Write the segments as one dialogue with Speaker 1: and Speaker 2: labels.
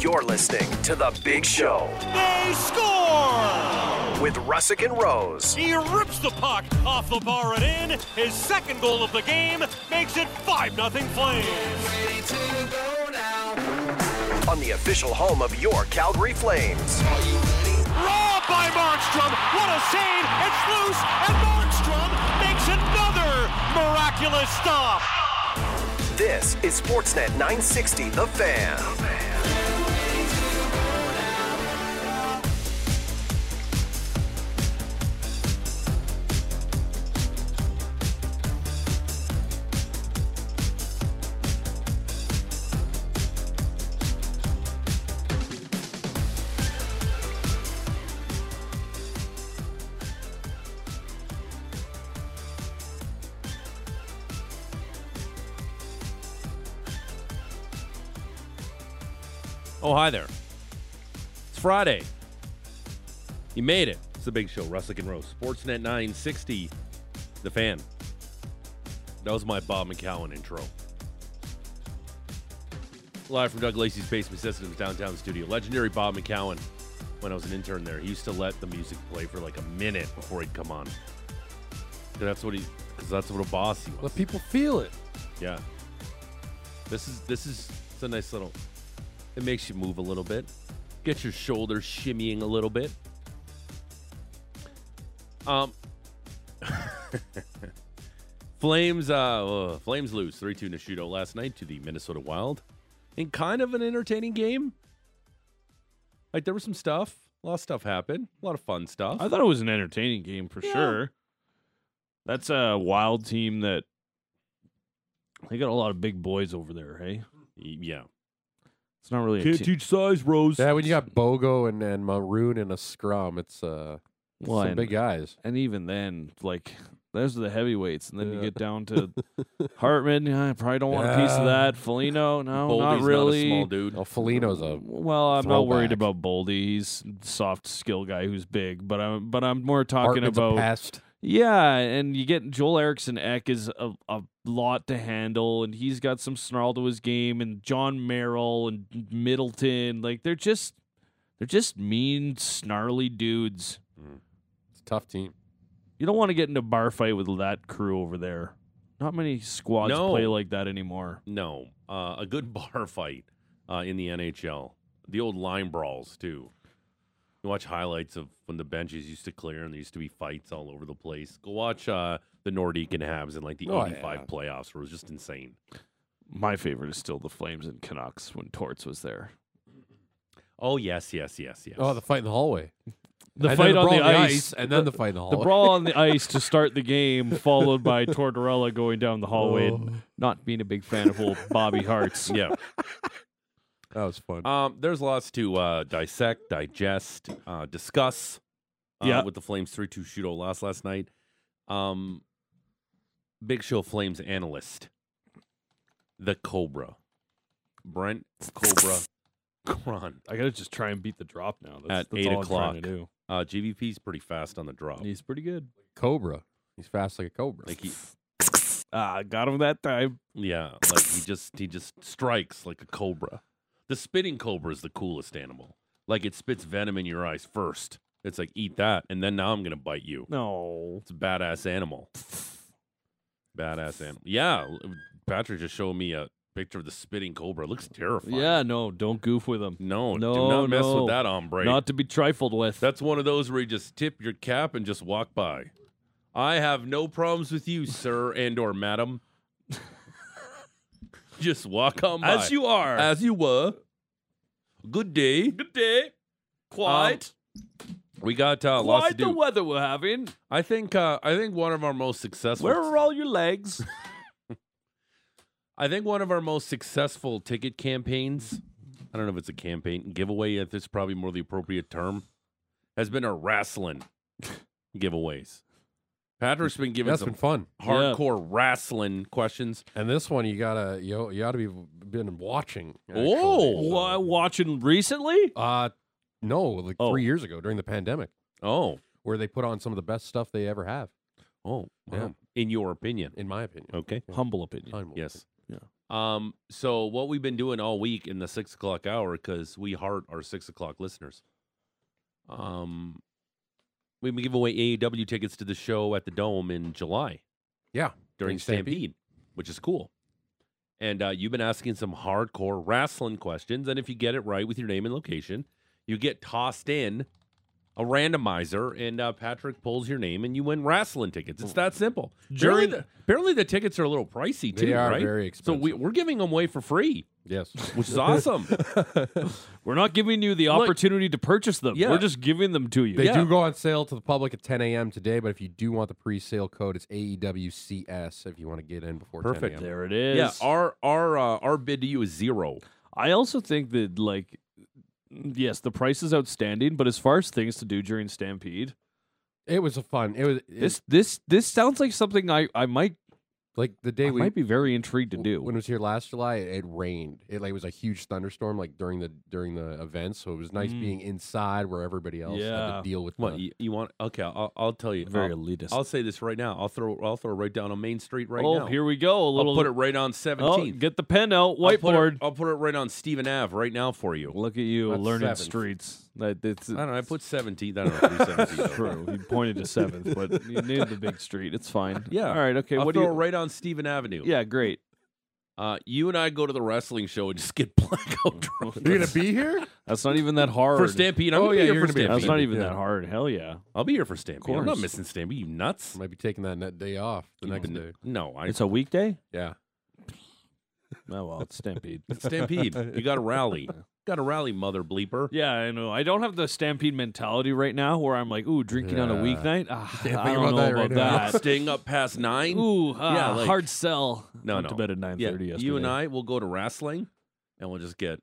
Speaker 1: You're listening to The Big Show
Speaker 2: They score!
Speaker 1: with Russick and Rose.
Speaker 2: He rips the puck off the bar and in. His second goal of the game makes it 5 0 Flames.
Speaker 1: on the official home of your Calgary Flames.
Speaker 2: Robbed by Markstrom. What a save! It's loose, and Markstrom makes another miraculous stop.
Speaker 1: This is Sportsnet 960 The Fan.
Speaker 3: Oh, hi there. It's Friday. You made it. It's the big show, Russick and Rose. Sportsnet 960, The Fan. That was my Bob McCowan intro. Live from Doug Lacey's Basement Systems downtown studio. Legendary Bob McCowan, when I was an intern there, he used to let the music play for like a minute before he'd come on. 'Cause That's what he, because that's what a boss he was.
Speaker 4: Let people feel it.
Speaker 3: Yeah. This is this is it's a nice little. It makes you move a little bit. Get your shoulders shimmying a little bit. Um. Flames, uh, uh, Flames lose three two Nishudo last night to the Minnesota Wild, in kind of an entertaining game. Like there was some stuff, a lot of stuff happened, a lot of fun stuff.
Speaker 5: I thought it was an entertaining game for sure. That's a wild team that they got a lot of big boys over there. Hey,
Speaker 3: yeah,
Speaker 5: it's not really a te-
Speaker 3: teach size, Rose.
Speaker 4: Yeah, when you got Bogo and, and Maroon in a scrum, it's uh
Speaker 5: Well,
Speaker 4: some
Speaker 5: and-
Speaker 4: big guys.
Speaker 5: and even then, like those are the heavyweights, and then you
Speaker 4: Yeah.
Speaker 5: get down to Hartman. yeah, I probably don't want a piece of
Speaker 4: Yeah.
Speaker 5: that. Felino, no,
Speaker 3: Boldy's
Speaker 5: not really.
Speaker 3: a small dude.
Speaker 4: Oh, Felino's a
Speaker 5: well, I'm not worried
Speaker 4: throwback.
Speaker 5: about Boldy. He's a soft skill guy who's big, but I'm but I'm more talking
Speaker 4: Hartman's
Speaker 5: about
Speaker 4: a pest.
Speaker 5: Yeah, and you get Joel Erickson Eck is a, a lot to handle, and he's got some snarl to his game, and John Merrill and Middleton, like they're just they're just mean, snarly dudes.
Speaker 4: It's a tough team.
Speaker 5: You don't want to get into a bar fight with that crew over there. Not many squads
Speaker 3: No.
Speaker 5: play like that anymore.
Speaker 3: No, uh, a good bar fight uh, in the NHL. The old line brawls too. You watch highlights of when the benches used to clear and there used to be fights all over the place. Go watch uh, the Nordique and Habs in like the
Speaker 4: Oh,
Speaker 3: '85
Speaker 4: yeah.
Speaker 3: playoffs, where it was just insane.
Speaker 5: My favorite is still the Flames and Canucks when Torts was there.
Speaker 3: Oh yes, yes, yes, yes.
Speaker 4: Oh, the fight in the hallway.
Speaker 5: The
Speaker 4: And then
Speaker 5: fight on
Speaker 4: brawl
Speaker 5: the ice,
Speaker 4: and then the fight in the
Speaker 5: The
Speaker 4: hallway.
Speaker 5: brawl on the ice to start the game, followed by Tortorella going down the hallway and not being a big fan of old Bobby Hart's.
Speaker 3: yeah.
Speaker 4: that was fun.
Speaker 3: Um, there's lots to uh, dissect, digest, uh, discuss. Uh,
Speaker 5: Yeah.
Speaker 3: With the Flames 3 2 shootout loss last night. Um, Big Show Flames analyst, the Cobra, Brent Cobra Cron.
Speaker 5: I gotta just try and beat the drop now. That's,
Speaker 3: At 8
Speaker 5: that's all I'm trying to
Speaker 3: o'clock.
Speaker 5: do.
Speaker 3: Uh, GVP's pretty fast on the drop.
Speaker 5: He's pretty good.
Speaker 4: cobra. He's fast like a cobra.
Speaker 3: Like he,
Speaker 5: Ah, got him that time.
Speaker 3: yeah, like he just he just strikes like a cobra. The spitting cobra is the coolest animal. Like it spits venom in your eyes first. It's like eat that, and then now I'm gonna bite you.
Speaker 5: No.
Speaker 3: It's a badass animal. Badass animal. Yeah, l- Patrick just showed me a picture of the spitting cobra. It looks terrifying.
Speaker 5: Yeah, no. Don't goof with him.
Speaker 3: No, do
Speaker 5: No,
Speaker 3: not mess
Speaker 5: no.
Speaker 3: with that ombre.
Speaker 5: Not to be trifled with.
Speaker 3: That's one of those where you just tip your cap and just walk by. I have no problems with you, sir and or madam. just walk on by.
Speaker 5: as you are.
Speaker 3: as you were. Good day.
Speaker 5: good day. Quiet.
Speaker 3: We got uh, lots to
Speaker 5: Quiet the
Speaker 3: do.
Speaker 5: weather we're having.
Speaker 3: I think uh, I think one of our most successful
Speaker 5: Where are all your legs?
Speaker 3: I think one of our most successful ticket campaigns, I don't know if it's a campaign, giveaway, if it's probably more the appropriate term, has been our wrestling giveaways. Patrick's been giving
Speaker 4: That's
Speaker 3: some
Speaker 4: been fun.
Speaker 3: hardcore wrestling questions.
Speaker 4: And this one, you gotta you you ought to be been watching. actually.
Speaker 3: Oh.
Speaker 5: Why watching recently?
Speaker 4: uh, no, like
Speaker 5: Oh.
Speaker 4: three years ago during the pandemic,
Speaker 3: Oh,
Speaker 4: where they put on some of the best stuff they ever have,
Speaker 3: oh, wow.
Speaker 4: Yeah.
Speaker 3: In your opinion.
Speaker 4: in my opinion.
Speaker 3: Okay.
Speaker 5: Humble opinion.
Speaker 4: Unbelievable.
Speaker 3: Yes.
Speaker 5: Oh, Yeah.
Speaker 3: Um, so what we've been doing all week in the six o'clock hour, because we heart our six o'clock listeners. Um, we give away AEW tickets to the show at the Dome in July
Speaker 4: Yeah.
Speaker 3: during
Speaker 4: During Stampede.
Speaker 3: Stampede, which is cool. And uh, you've been asking some hardcore wrestling questions, and if you get it right with your name and location, you get tossed in a randomizer, and uh, Patrick pulls your name, and you win wrestling tickets.
Speaker 4: Oh.
Speaker 3: It's that simple. Apparently,
Speaker 5: During-
Speaker 3: the, apparently the tickets are a little pricey too,
Speaker 4: They are
Speaker 3: right?
Speaker 4: very
Speaker 3: so we,
Speaker 4: expensive.
Speaker 3: we're giving them away for free,
Speaker 4: Yes.
Speaker 3: which is awesome.
Speaker 5: We're not giving you the opportunity to purchase them.
Speaker 3: Yeah.
Speaker 5: We're just giving them to you.
Speaker 4: They
Speaker 3: Yeah.
Speaker 4: do go on sale to the public at 10 a.m. today, but if you do want the pre-sale code, it's E AEWCS if you want to get in before
Speaker 3: Perfect.
Speaker 4: 10 a.m.
Speaker 5: There it is.
Speaker 3: yeah, our our uh, our bid to you is zero.
Speaker 5: I also think that like yes, the price is outstanding, but as far as things to do during Stampede,
Speaker 4: It was a fun. It was it-
Speaker 5: this this this sounds like something I I might
Speaker 4: like the day
Speaker 5: I
Speaker 4: we
Speaker 5: might be very intrigued to do.
Speaker 4: when it was here last July. It, it rained. It like was a huge thunderstorm like during the during the event, so it was nice
Speaker 5: Mm.
Speaker 4: being inside where everybody else
Speaker 5: Yeah.
Speaker 4: had to deal with
Speaker 3: What
Speaker 4: the-
Speaker 3: you, you want? Okay, I'll, I'll tell you.
Speaker 5: very
Speaker 3: I'll,
Speaker 5: elitist.
Speaker 3: I'll say this right now. I'll throw I'll throw right down on Main Street right
Speaker 5: oh,
Speaker 3: now.
Speaker 5: here we go. A little
Speaker 3: I'll put it right on
Speaker 5: oh,
Speaker 3: 17th.
Speaker 5: get the pen out,
Speaker 3: I'll put it-
Speaker 5: whiteboard.
Speaker 3: I'll put it right on Stephen Ave right now for you.
Speaker 5: Look at you
Speaker 4: That's
Speaker 5: learning
Speaker 4: seventh.
Speaker 5: streets. That it's
Speaker 3: I don't know. I put 17th. I don't know. if it's 17th, though.
Speaker 5: true. He pointed to seventh, but he knew the big street. It's fine.
Speaker 3: Yeah.
Speaker 5: All right. Okay.
Speaker 3: I'll
Speaker 5: what do
Speaker 3: throw
Speaker 5: you?
Speaker 3: it right on Stephen Avenue.
Speaker 5: Yeah. Great.
Speaker 3: Uh, you and I go to the wrestling show and just get blackout drunk.
Speaker 4: You're gonna be here?
Speaker 5: That's not even that hard.
Speaker 3: for Stampede. I'm
Speaker 4: Oh,
Speaker 3: gonna
Speaker 4: yeah,
Speaker 3: be here for
Speaker 4: you're gonna be-
Speaker 3: Stampede.
Speaker 5: That's not even
Speaker 4: Yeah.
Speaker 5: that hard. Hell yeah.
Speaker 3: I'll be here for Stampede. I'm not
Speaker 5: course.
Speaker 3: missing Stampede. You nuts?
Speaker 4: Might be taking that net day off the
Speaker 3: You
Speaker 4: next
Speaker 3: been-
Speaker 4: day.
Speaker 3: No, I,
Speaker 5: It's a weekday.
Speaker 4: Yeah.
Speaker 5: Oh well, it's Stampede.
Speaker 3: it's Stampede. You got to rally. Got to rally, mother bleeper.
Speaker 5: Yeah, I know. I don't have the stampede mentality right now where I'm like, ooh, drinking on a
Speaker 4: Yeah.
Speaker 5: weeknight. Ah,
Speaker 4: think
Speaker 5: I don't
Speaker 4: about
Speaker 5: know
Speaker 4: that
Speaker 5: about
Speaker 4: right now.
Speaker 5: that.
Speaker 3: Staying up past nine.
Speaker 5: ooh, ah,
Speaker 3: Yeah, like-
Speaker 5: hard sell.
Speaker 3: No,
Speaker 5: Went
Speaker 3: no.
Speaker 5: to bed at nine
Speaker 3: yeah,
Speaker 5: thirty yesterday.
Speaker 3: you and I will go to wrestling, and we'll just get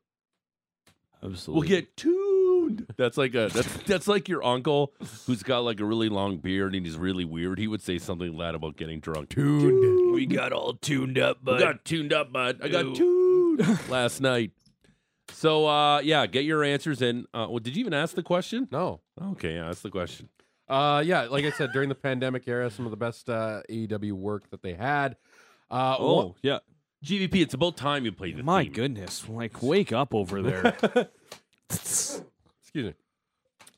Speaker 3: We'll
Speaker 5: absolutely.
Speaker 3: get tuned. That's like a that's that's like your uncle who's got like a really long beard and he's really weird. He would say something loud about getting drunk. Tuned. We got all tuned up, bud. got tuned up, bud. I got tuned last night. So uh yeah, get your answers in. Uh well, did you even ask the question?
Speaker 4: No.
Speaker 3: Okay, yeah, that's the question.
Speaker 4: Uh, yeah, like I said, during the pandemic era, some of the best uh, AEW work that they had. Uh, one-
Speaker 5: Oh yeah,
Speaker 3: GVP, it's about time you played the
Speaker 5: my
Speaker 3: theme.
Speaker 5: goodness! Like, wake up over there.
Speaker 4: excuse me.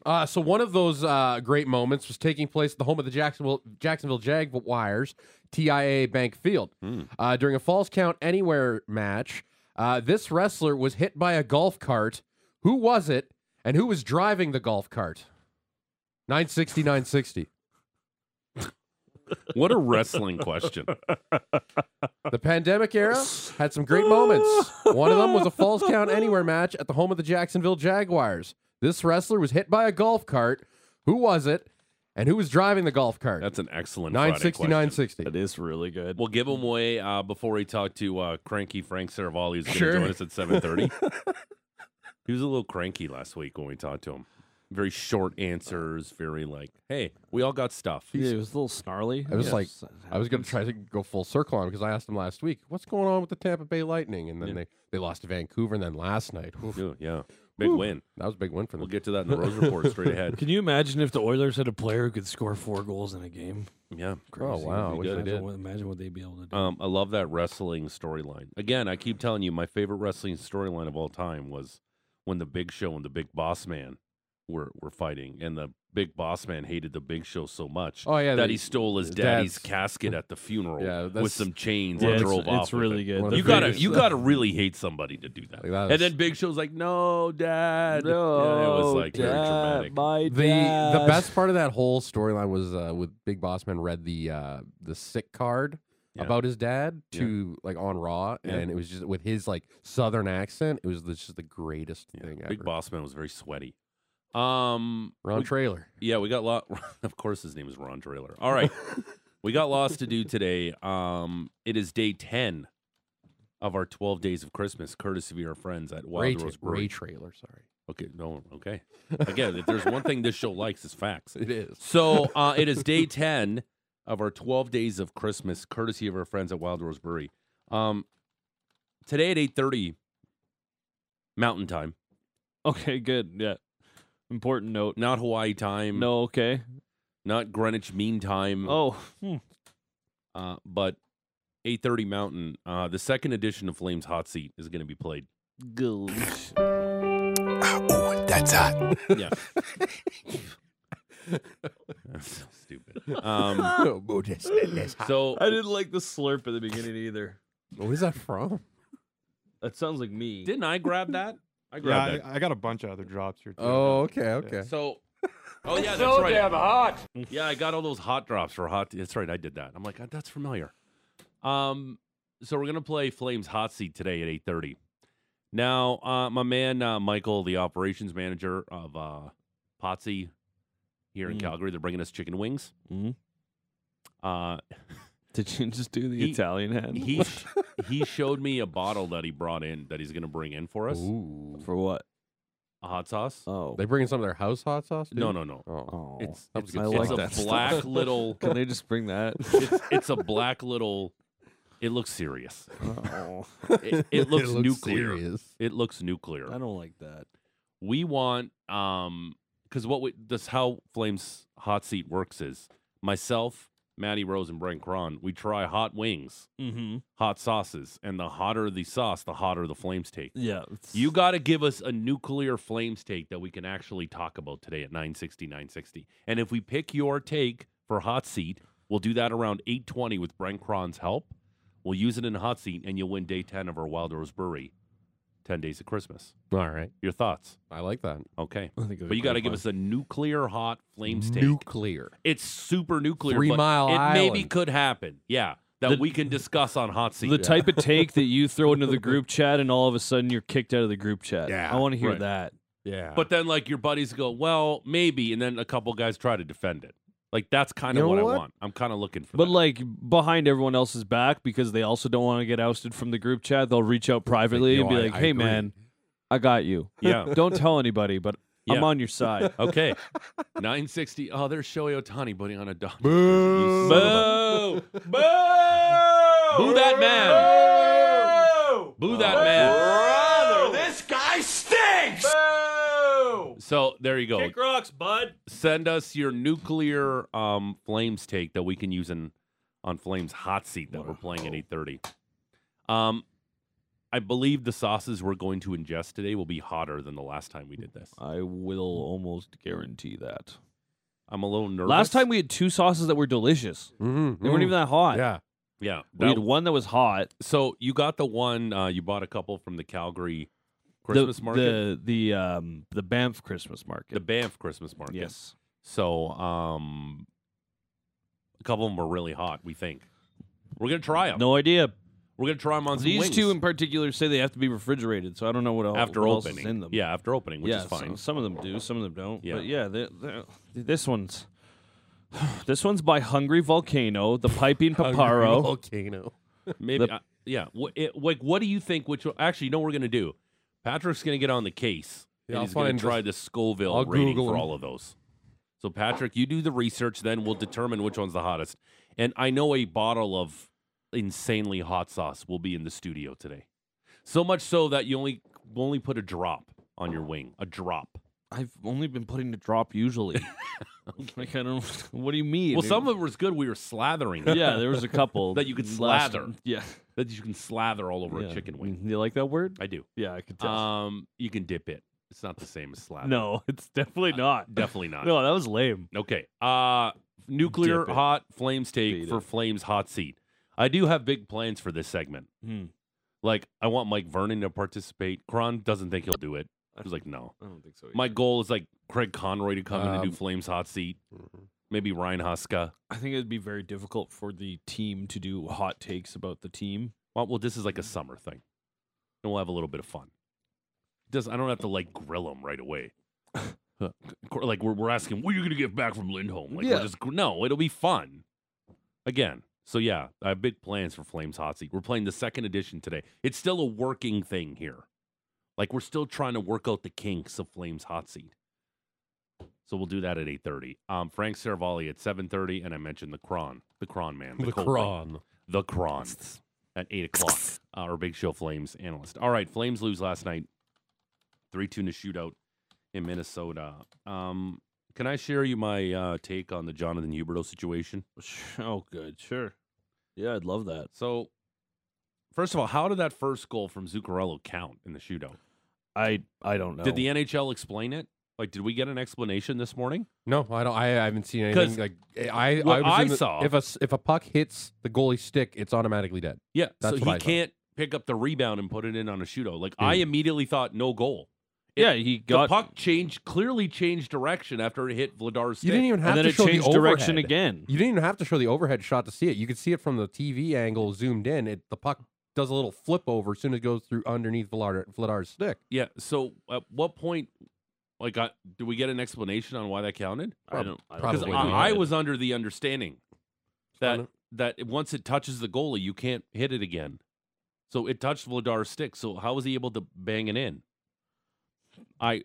Speaker 4: Uh, so one of those uh, great moments was taking place at the home of the Jacksonville Jacksonville Jaguars, TIA Bank Field, uh, during a false count anywhere match. Uh, this wrestler was hit by a golf cart. Who was it, and who was driving the golf cart? 960, 960.
Speaker 3: What a wrestling question.
Speaker 4: The pandemic era had some great moments. One of them was a falls count anywhere match at the home of the Jacksonville Jaguars. This wrestler was hit by a golf cart. Who was it? And who was driving the golf cart?
Speaker 3: That's an excellent Friday
Speaker 4: 960,
Speaker 3: question.
Speaker 4: 960.
Speaker 5: that is really good.
Speaker 3: We'll give him away uh, before we talk to uh, cranky Frank Saravalli, who's going to
Speaker 4: Sure.
Speaker 3: join us at seven thirty. he was a little cranky last week when we talked to him. Very short answers. Very like, hey, we all got stuff.
Speaker 5: yeah, it was a little snarly.
Speaker 4: I was
Speaker 5: Yeah.
Speaker 4: like, I was going to try to go full circle on him because I asked him last week, what's going on with the Tampa Bay Lightning? And then
Speaker 3: Yeah.
Speaker 4: they, they lost to Vancouver. And then last night, oof,
Speaker 3: Yeah, yeah, big
Speaker 4: Whew.
Speaker 3: win.
Speaker 4: that was a big win for them.
Speaker 3: We'll get to that in the Rose Report straight ahead.
Speaker 6: Can you imagine if the Oilers had a player who could score four goals in a game?
Speaker 3: Yeah,
Speaker 4: oh, wow. I wish they
Speaker 6: Imagine
Speaker 4: did.
Speaker 6: what- Imagine what they'd be able to do.
Speaker 3: um, I love that wrestling storyline. Again, I keep telling you, my favorite wrestling storyline of all time was when the Big Show and the Big Boss Man were were fighting, and the Big Boss Man hated the Big Show so much.
Speaker 4: Oh, yeah.
Speaker 3: that
Speaker 4: they-
Speaker 3: he stole his
Speaker 4: his
Speaker 3: daddy's
Speaker 4: dad's-
Speaker 3: casket at the funeral
Speaker 4: Yeah,
Speaker 3: with
Speaker 4: that's-
Speaker 3: some chains
Speaker 5: Yeah,
Speaker 3: and
Speaker 5: it's,
Speaker 3: drove off.
Speaker 5: it's
Speaker 3: with
Speaker 5: really
Speaker 3: it.
Speaker 5: good.
Speaker 4: One
Speaker 5: The
Speaker 4: of
Speaker 3: You
Speaker 4: the
Speaker 3: gotta,
Speaker 4: biggest-
Speaker 3: you gotta really hate somebody to do that.
Speaker 4: Like, that
Speaker 3: and
Speaker 4: was-
Speaker 3: then Big Show's like, "No, Dad."
Speaker 5: No,
Speaker 3: Yeah, it was like very
Speaker 5: Dad,
Speaker 3: dramatic.
Speaker 5: My
Speaker 4: the
Speaker 5: dad.
Speaker 4: the best part of that whole storyline was uh, with Big Boss Man read the uh, the sick card
Speaker 3: Yeah.
Speaker 4: about his dad to like on Raw,
Speaker 3: Yeah.
Speaker 4: and it was just with his like Southern accent. It was the, just the greatest
Speaker 3: Yeah,
Speaker 4: thing ever.
Speaker 3: Big Boss Man was very sweaty. Um,
Speaker 4: Ron
Speaker 3: we-
Speaker 4: Trailer.
Speaker 3: yeah, we got lost. of course, his name is Ron Trailer. All right, we got lost to do today. Um, it is day ten of our twelve days of Christmas, courtesy of our friends at Wild
Speaker 4: Ray,
Speaker 3: Rose
Speaker 4: Tra-
Speaker 3: Brewery.
Speaker 4: Ray Trailer. Sorry,
Speaker 3: Okay, no, okay. Again, if there's one thing this show likes, it's facts.
Speaker 4: it is.
Speaker 3: So uh, it is day 10 of our 12 days of Christmas, courtesy of our friends at Wild Rose Brewery. Um, today at 8.30 Mountain Time,
Speaker 5: Okay, good. Yeah, important note.
Speaker 3: not Hawaii time,
Speaker 5: No, okay.
Speaker 3: not Greenwich Mean Time,
Speaker 5: Oh, hmm.
Speaker 3: uh, but 8:30 Mountain, uh, the second edition of Flames Hot Seat is going to be played.
Speaker 5: Gosh.
Speaker 1: Ooh, that's hot.
Speaker 3: Yeah. so stupid. Um,
Speaker 4: Oh,
Speaker 3: so
Speaker 5: I didn't like the slurp at the beginning either.
Speaker 4: What is that from?
Speaker 5: That sounds like me.
Speaker 3: didn't I grab that? I
Speaker 7: Yeah,
Speaker 3: grabbed
Speaker 7: I, I got a bunch of other drops here. Too.
Speaker 4: Oh, okay, okay.
Speaker 3: that. So. Oh yeah, that's right.
Speaker 2: hot.
Speaker 3: Yeah, I got all those hot drops for hot. That's right, I did that. I'm like, "Ah, that's familiar. Um, so we're gonna play Flames Hot Seat today at 8:30. Now, uh, my man uh, Michael, the operations manager of uh, Potsy here in
Speaker 5: Mm.
Speaker 3: Calgary, they're bringing us chicken wings.
Speaker 5: Mhm.
Speaker 3: Uh,
Speaker 5: Did you just do the
Speaker 3: He-
Speaker 5: Italian hand?
Speaker 3: he sh- he showed me a bottle that he brought in that he's gonna bring in for us.
Speaker 4: Ooh.
Speaker 5: For what?
Speaker 3: A hot sauce?
Speaker 5: Oh.
Speaker 4: They bringing some of their house hot sauce?
Speaker 3: no, no, no.
Speaker 4: Oh.
Speaker 5: oh.
Speaker 3: It's
Speaker 4: that
Speaker 3: it's, it's,
Speaker 4: was good.
Speaker 5: I like
Speaker 3: a
Speaker 5: that stuff.
Speaker 3: black little.
Speaker 5: Can they just bring that?
Speaker 3: It's, it's a black little. It looks serious.
Speaker 5: oh.
Speaker 3: It, it looks nuclear.
Speaker 4: serious.
Speaker 3: It looks nuclear.
Speaker 5: I don't like that.
Speaker 3: We want um because what we this how Flames hot seat works is myself, Maddie Rose, and Brent Cron, we try hot wings,
Speaker 5: Mm-hmm.
Speaker 3: hot sauces, and the hotter the sauce, the hotter the flames take.
Speaker 5: Yeah. it's-
Speaker 3: You got to give us a nuclear flames take that we can actually talk about today at 960, 960. And if we pick your take for hot seat, we'll do that around 820 with Brent Cron's help. We'll use it in hot seat, and you'll win day 10 of our Wild Rose Brewery, 10 days of Christmas.
Speaker 4: All right.
Speaker 3: Your thoughts?
Speaker 4: I like that.
Speaker 3: Okay.
Speaker 6: I think it was
Speaker 3: But you got to
Speaker 6: great
Speaker 3: give
Speaker 6: fun.
Speaker 3: us a nuclear hot flames take.
Speaker 4: Nuclear.
Speaker 3: It's super nuclear.
Speaker 4: Three
Speaker 3: but
Speaker 4: Mile
Speaker 3: it maybe
Speaker 4: Island.
Speaker 3: could happen. Yeah. That
Speaker 5: The-
Speaker 3: we can discuss on hot seat.
Speaker 5: the type of take that you throw into the group chat and all of a sudden you're kicked out of the group chat.
Speaker 4: Yeah,
Speaker 5: I want to hear
Speaker 3: right.
Speaker 5: that.
Speaker 4: Yeah.
Speaker 3: But then, like, your buddies go, well, maybe. And then a couple guys try to defend it. Like, that's kind of
Speaker 5: You know
Speaker 3: what, I
Speaker 5: what?
Speaker 3: want. I'm kind of looking for
Speaker 5: But
Speaker 3: that.
Speaker 5: like behind everyone else's back because they also don't want to get ousted from the group chat, they'll reach out privately
Speaker 4: no,
Speaker 5: and be
Speaker 4: I-
Speaker 5: like,
Speaker 4: I
Speaker 5: "Hey
Speaker 4: agree.
Speaker 5: man, I got you.
Speaker 3: yeah.
Speaker 5: Don't tell anybody, but
Speaker 3: Yeah.
Speaker 5: I'm on your side."
Speaker 3: Okay. 960. Oh, there's Shohei Otani putting on a dog. Boo!
Speaker 4: Boo.
Speaker 3: Boo! Boo that man! Boo that man!
Speaker 2: Brother, this guy stinks. Boo!
Speaker 3: So there you go.
Speaker 2: rocks, bud.
Speaker 3: Send us your nuclear um, flames take that we can use in on Flames hot seat that we're playing at 8:30. Um, I believe the sauces we're going to ingest today will be hotter than the last time we did this.
Speaker 5: I will almost guarantee that.
Speaker 3: I'm a little nervous.
Speaker 5: Last time we had two sauces that were delicious.
Speaker 4: Mm-hmm.
Speaker 5: They weren't even that hot.
Speaker 4: Yeah.
Speaker 3: Mm. yeah,
Speaker 5: We
Speaker 3: that-
Speaker 5: had one that was hot.
Speaker 3: so you got the one uh, you bought a couple from the Calgary
Speaker 5: The-
Speaker 3: Christmas market.
Speaker 5: The the um the Banff Christmas market.
Speaker 3: the Banff Christmas market.
Speaker 5: Yes.
Speaker 3: So, um, a couple of them were really hot. We think we're gonna try them.
Speaker 5: No idea.
Speaker 3: we're gonna try them on some
Speaker 5: These
Speaker 3: wings
Speaker 5: two in particular say they have to be refrigerated, so I don't know what, el-
Speaker 3: after
Speaker 5: what Oh, else is
Speaker 3: opening.
Speaker 5: in them.
Speaker 3: Yeah, after opening, which
Speaker 5: yeah,
Speaker 3: is fine.
Speaker 5: Some, some of them do, some of them don't.
Speaker 3: Yeah.
Speaker 5: But yeah, they they're, this one's this one's by Hungry Volcano, the Piping Paparo.
Speaker 4: Volcano.
Speaker 3: Maybe.
Speaker 5: the-
Speaker 3: I- yeah. Wh- it- like, what do you think? Which actually, you know, what we're gonna do. Patrick's gonna get on the case.
Speaker 4: Yeah,
Speaker 3: and
Speaker 4: I'll
Speaker 3: he's gonna
Speaker 4: find
Speaker 3: try the Scoville
Speaker 4: I'll
Speaker 3: rating
Speaker 4: Google
Speaker 3: for
Speaker 4: 'em.
Speaker 3: all of those. So, Patrick, you do the research, then we'll determine which one's the hottest. And I know a bottle of insanely hot sauce will be in the studio today. So much so that you only only put a drop on your wing, a drop.
Speaker 5: I've only been putting the drop usually. like I don't. What do you mean?
Speaker 3: Well, some of it was good. We were slathering. it,
Speaker 5: yeah, there was a couple
Speaker 3: That you could
Speaker 5: last-
Speaker 3: slather.
Speaker 5: Yeah,
Speaker 3: that you can slather all over
Speaker 5: yeah. Mm.
Speaker 3: a chicken wing.
Speaker 5: You like that word?
Speaker 3: I do.
Speaker 5: yeah, I could tell.
Speaker 3: Um, you can dip it. It's not the same as slather.
Speaker 5: no, it's definitely not.
Speaker 3: definitely not.
Speaker 5: No, that was lame.
Speaker 3: Okay. Uh nuclear
Speaker 5: Dip it.
Speaker 3: hot flames take
Speaker 5: Beat
Speaker 3: for
Speaker 5: it.
Speaker 3: flames hot seat. I do have big plans for this segment.
Speaker 5: Hmm.
Speaker 3: Like I want Mike Vernon to participate. Kron doesn't think he'll do it. He's like, no.
Speaker 5: I don't think so.
Speaker 3: My goal is like Craig Conroy to come in and do
Speaker 4: Um,
Speaker 3: flames hot seat.
Speaker 5: mm-hmm.
Speaker 3: Maybe Ryan Huska.
Speaker 5: I think it would be very difficult for the team to do hot takes about the team.
Speaker 3: Well, well, this is like a summer thing, and we'll have a little bit of fun. Does I don't have to like grill him right away. Huh. like we're we're asking, what are you gonna get back from Lindholm? Like
Speaker 5: Yeah.
Speaker 3: we're just no, it'll be fun. Again, so yeah, I have big plans for Flames Hot Seat. We're playing the second edition today. It's still a working thing here. Like we're still trying to work out the kinks of Flames Hot Seat. So we'll do that at eight thirty. Um, Frank Saravalli at seven thirty, and I mentioned the Cron, the Cron man,
Speaker 4: The
Speaker 3: Cold Lake
Speaker 4: Kron.
Speaker 3: the Kron at eight o'clock. Uh, our Big Show Flames analyst. All right, Flames lose last night, three two in a shootout in Minnesota. Um, can I share you my uh, take on the Jonathan Huberto situation?
Speaker 5: Oh, good, sure. Yeah, I'd love that.
Speaker 3: So, first of all, how did that first goal from Zuccarello count in the shootout?
Speaker 5: I I don't know.
Speaker 3: Did the NHL explain it? Like, did we get an explanation this morning?
Speaker 4: No, I don't. I haven't seen
Speaker 3: 'Cause
Speaker 4: anything like eh, I. I,
Speaker 3: what
Speaker 4: was
Speaker 3: I
Speaker 4: in the-
Speaker 3: saw-
Speaker 4: if a s- if a puck hits the goalie stick, it's automatically dead.
Speaker 3: Yeah,
Speaker 4: That's
Speaker 3: so
Speaker 4: what
Speaker 3: he
Speaker 4: I thought. Mm.
Speaker 3: can't pick up the rebound and put it in on a shootout. Like I immediately thought, no goal.
Speaker 5: yeah, he
Speaker 3: The
Speaker 5: got
Speaker 3: puck changed clearly changed direction after it hit Vladar's.
Speaker 4: You didn't
Speaker 3: stick.
Speaker 4: even have
Speaker 5: and then
Speaker 4: to
Speaker 5: it
Speaker 4: show the
Speaker 5: changed direction
Speaker 4: overhead.
Speaker 5: again.
Speaker 4: You didn't even have to show the overhead shot to see it. You could see it from the TV angle zoomed in. It the puck does a little flip over as soon as it goes through underneath Vladar, Vladar's stick.
Speaker 3: Yeah. So at what point, like, I, do we get an explanation on why that counted?
Speaker 5: I don't I don't
Speaker 3: Because
Speaker 5: think
Speaker 4: Probably
Speaker 5: we
Speaker 4: not.
Speaker 3: I, I
Speaker 5: did.
Speaker 3: was under the understanding that
Speaker 4: Kinda.
Speaker 3: that it- once it touches the goalie, you can't hit it again. So it touched Vladar's stick. So how was he able to bang it in? I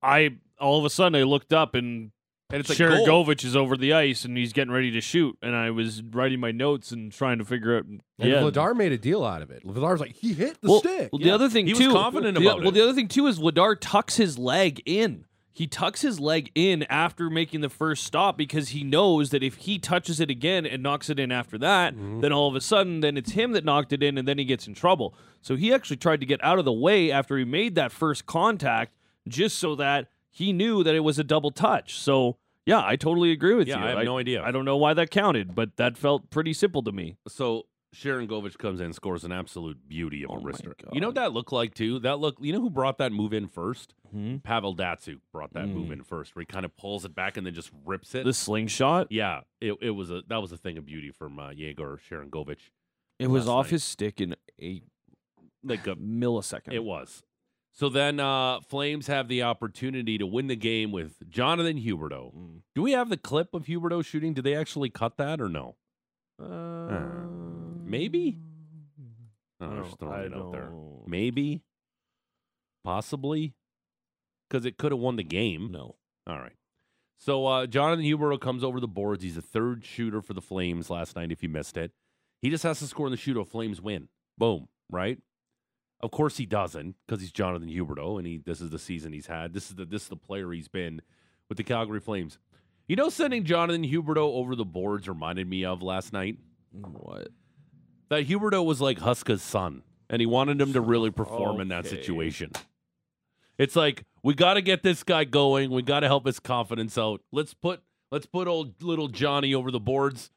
Speaker 5: I all of a sudden I looked up and
Speaker 3: and it's like goal.
Speaker 5: Sharagovich is over the ice and he's getting ready to shoot, and I was writing my notes and trying to figure out.
Speaker 4: And
Speaker 5: yeah,
Speaker 4: Vladar made a deal out of it. Vladar's like he hit the
Speaker 5: well,
Speaker 4: stick.
Speaker 5: well, the
Speaker 3: Yeah.
Speaker 5: other thing
Speaker 3: He was
Speaker 5: too,
Speaker 3: confident
Speaker 5: the-
Speaker 3: about
Speaker 5: Well,
Speaker 3: it.
Speaker 5: the other thing too is Vladar tucks his leg in. He tucks his leg in after making the first stop because he knows that if he touches it again and knocks it in after that,
Speaker 3: Mm-hmm.
Speaker 5: then all of a sudden, then it's him that knocked it in, and then he gets in trouble. So he actually tried to get out of the way after he made that first contact, just so that he knew that it was a double touch. So yeah, I totally agree with
Speaker 3: Yeah,
Speaker 5: you.
Speaker 3: I have no idea.
Speaker 5: I don't know why that counted, but that felt pretty simple to me.
Speaker 3: so Sharon Govich comes in, scores an absolute beauty of a
Speaker 5: Oh my
Speaker 3: wrister. You know what that looked like too? That look you know who brought that move in first?
Speaker 5: Hmm?
Speaker 3: Pavel Datsuk brought that move
Speaker 5: Mm.
Speaker 3: in first, where he kind of pulls it back and then just rips it.
Speaker 5: The slingshot.
Speaker 3: yeah, it, it was a that was a thing of beauty from uh, Yegor Sharon Govich.
Speaker 5: It was
Speaker 3: last
Speaker 5: off
Speaker 3: night.
Speaker 5: his stick in a
Speaker 3: Like a
Speaker 5: millisecond.
Speaker 3: It was. So then uh Flames have the opportunity to win the game with Jonathan Huberto.
Speaker 5: Mm.
Speaker 3: Do we have the clip of Huberto shooting? Did they actually cut that or no?
Speaker 5: Uh,
Speaker 3: maybe?
Speaker 5: I
Speaker 3: Oh,
Speaker 5: don't-
Speaker 3: just throwing
Speaker 5: Mm. I
Speaker 3: it out there.
Speaker 5: don't-
Speaker 3: Maybe. Possibly. Because it could have won the game.
Speaker 5: No.
Speaker 3: All right. So uh, Jonathan Huberto comes over the boards. He's the third shooter for the Flames last night, if you missed it. He just has to score in the shootout. Flames win. Boom. Right? Of course he doesn't, because he's Jonathan Huberto, and he this is the season he's had. This is the this is the player he's been with the Calgary Flames. You know, sending Jonathan Huberto over the boards reminded me of last night
Speaker 5: What?
Speaker 3: that Huberto was like Huska's son, and he wanted him to really perform in that
Speaker 5: Okay.
Speaker 3: situation. It's like we got to get this guy going. We got to help his confidence out. Let's put let's put old little Johnny over the boards.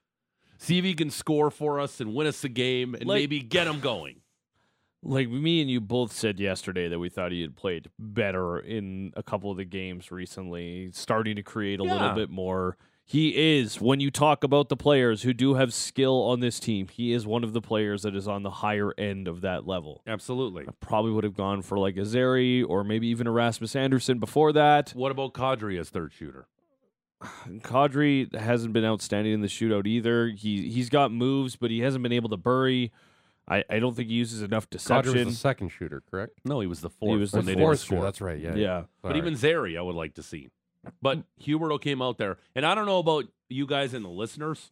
Speaker 3: See if he can score for us and win us the game, and
Speaker 5: Like-
Speaker 3: maybe get him going.
Speaker 5: Like me and you both said yesterday that we thought he had played better in a couple of the games recently, starting to create a
Speaker 3: Yeah.
Speaker 5: little bit more. He is, when you talk about the players who do have skill on this team, he is one of the players that is on the higher end of that level.
Speaker 3: Absolutely.
Speaker 5: I probably would have gone for like Azeri or maybe even Erasmus Anderson before that.
Speaker 3: What about Kadri as third shooter?
Speaker 5: Kadri hasn't been outstanding in the shootout either. He he's got moves, but he hasn't been able to bury. I, I don't think he uses enough
Speaker 4: Codger was
Speaker 5: deception.
Speaker 4: the second shooter, correct?
Speaker 3: No, he was the fourth.
Speaker 5: was the
Speaker 3: when
Speaker 4: Or
Speaker 3: they
Speaker 4: fourth
Speaker 3: didn't
Speaker 4: shooter,
Speaker 3: score.
Speaker 4: That's right. Yeah.
Speaker 5: yeah.
Speaker 3: But even Zary, I would like to see.
Speaker 4: Mm.
Speaker 3: But Huberto came out there, and I don't know about you guys and the listeners.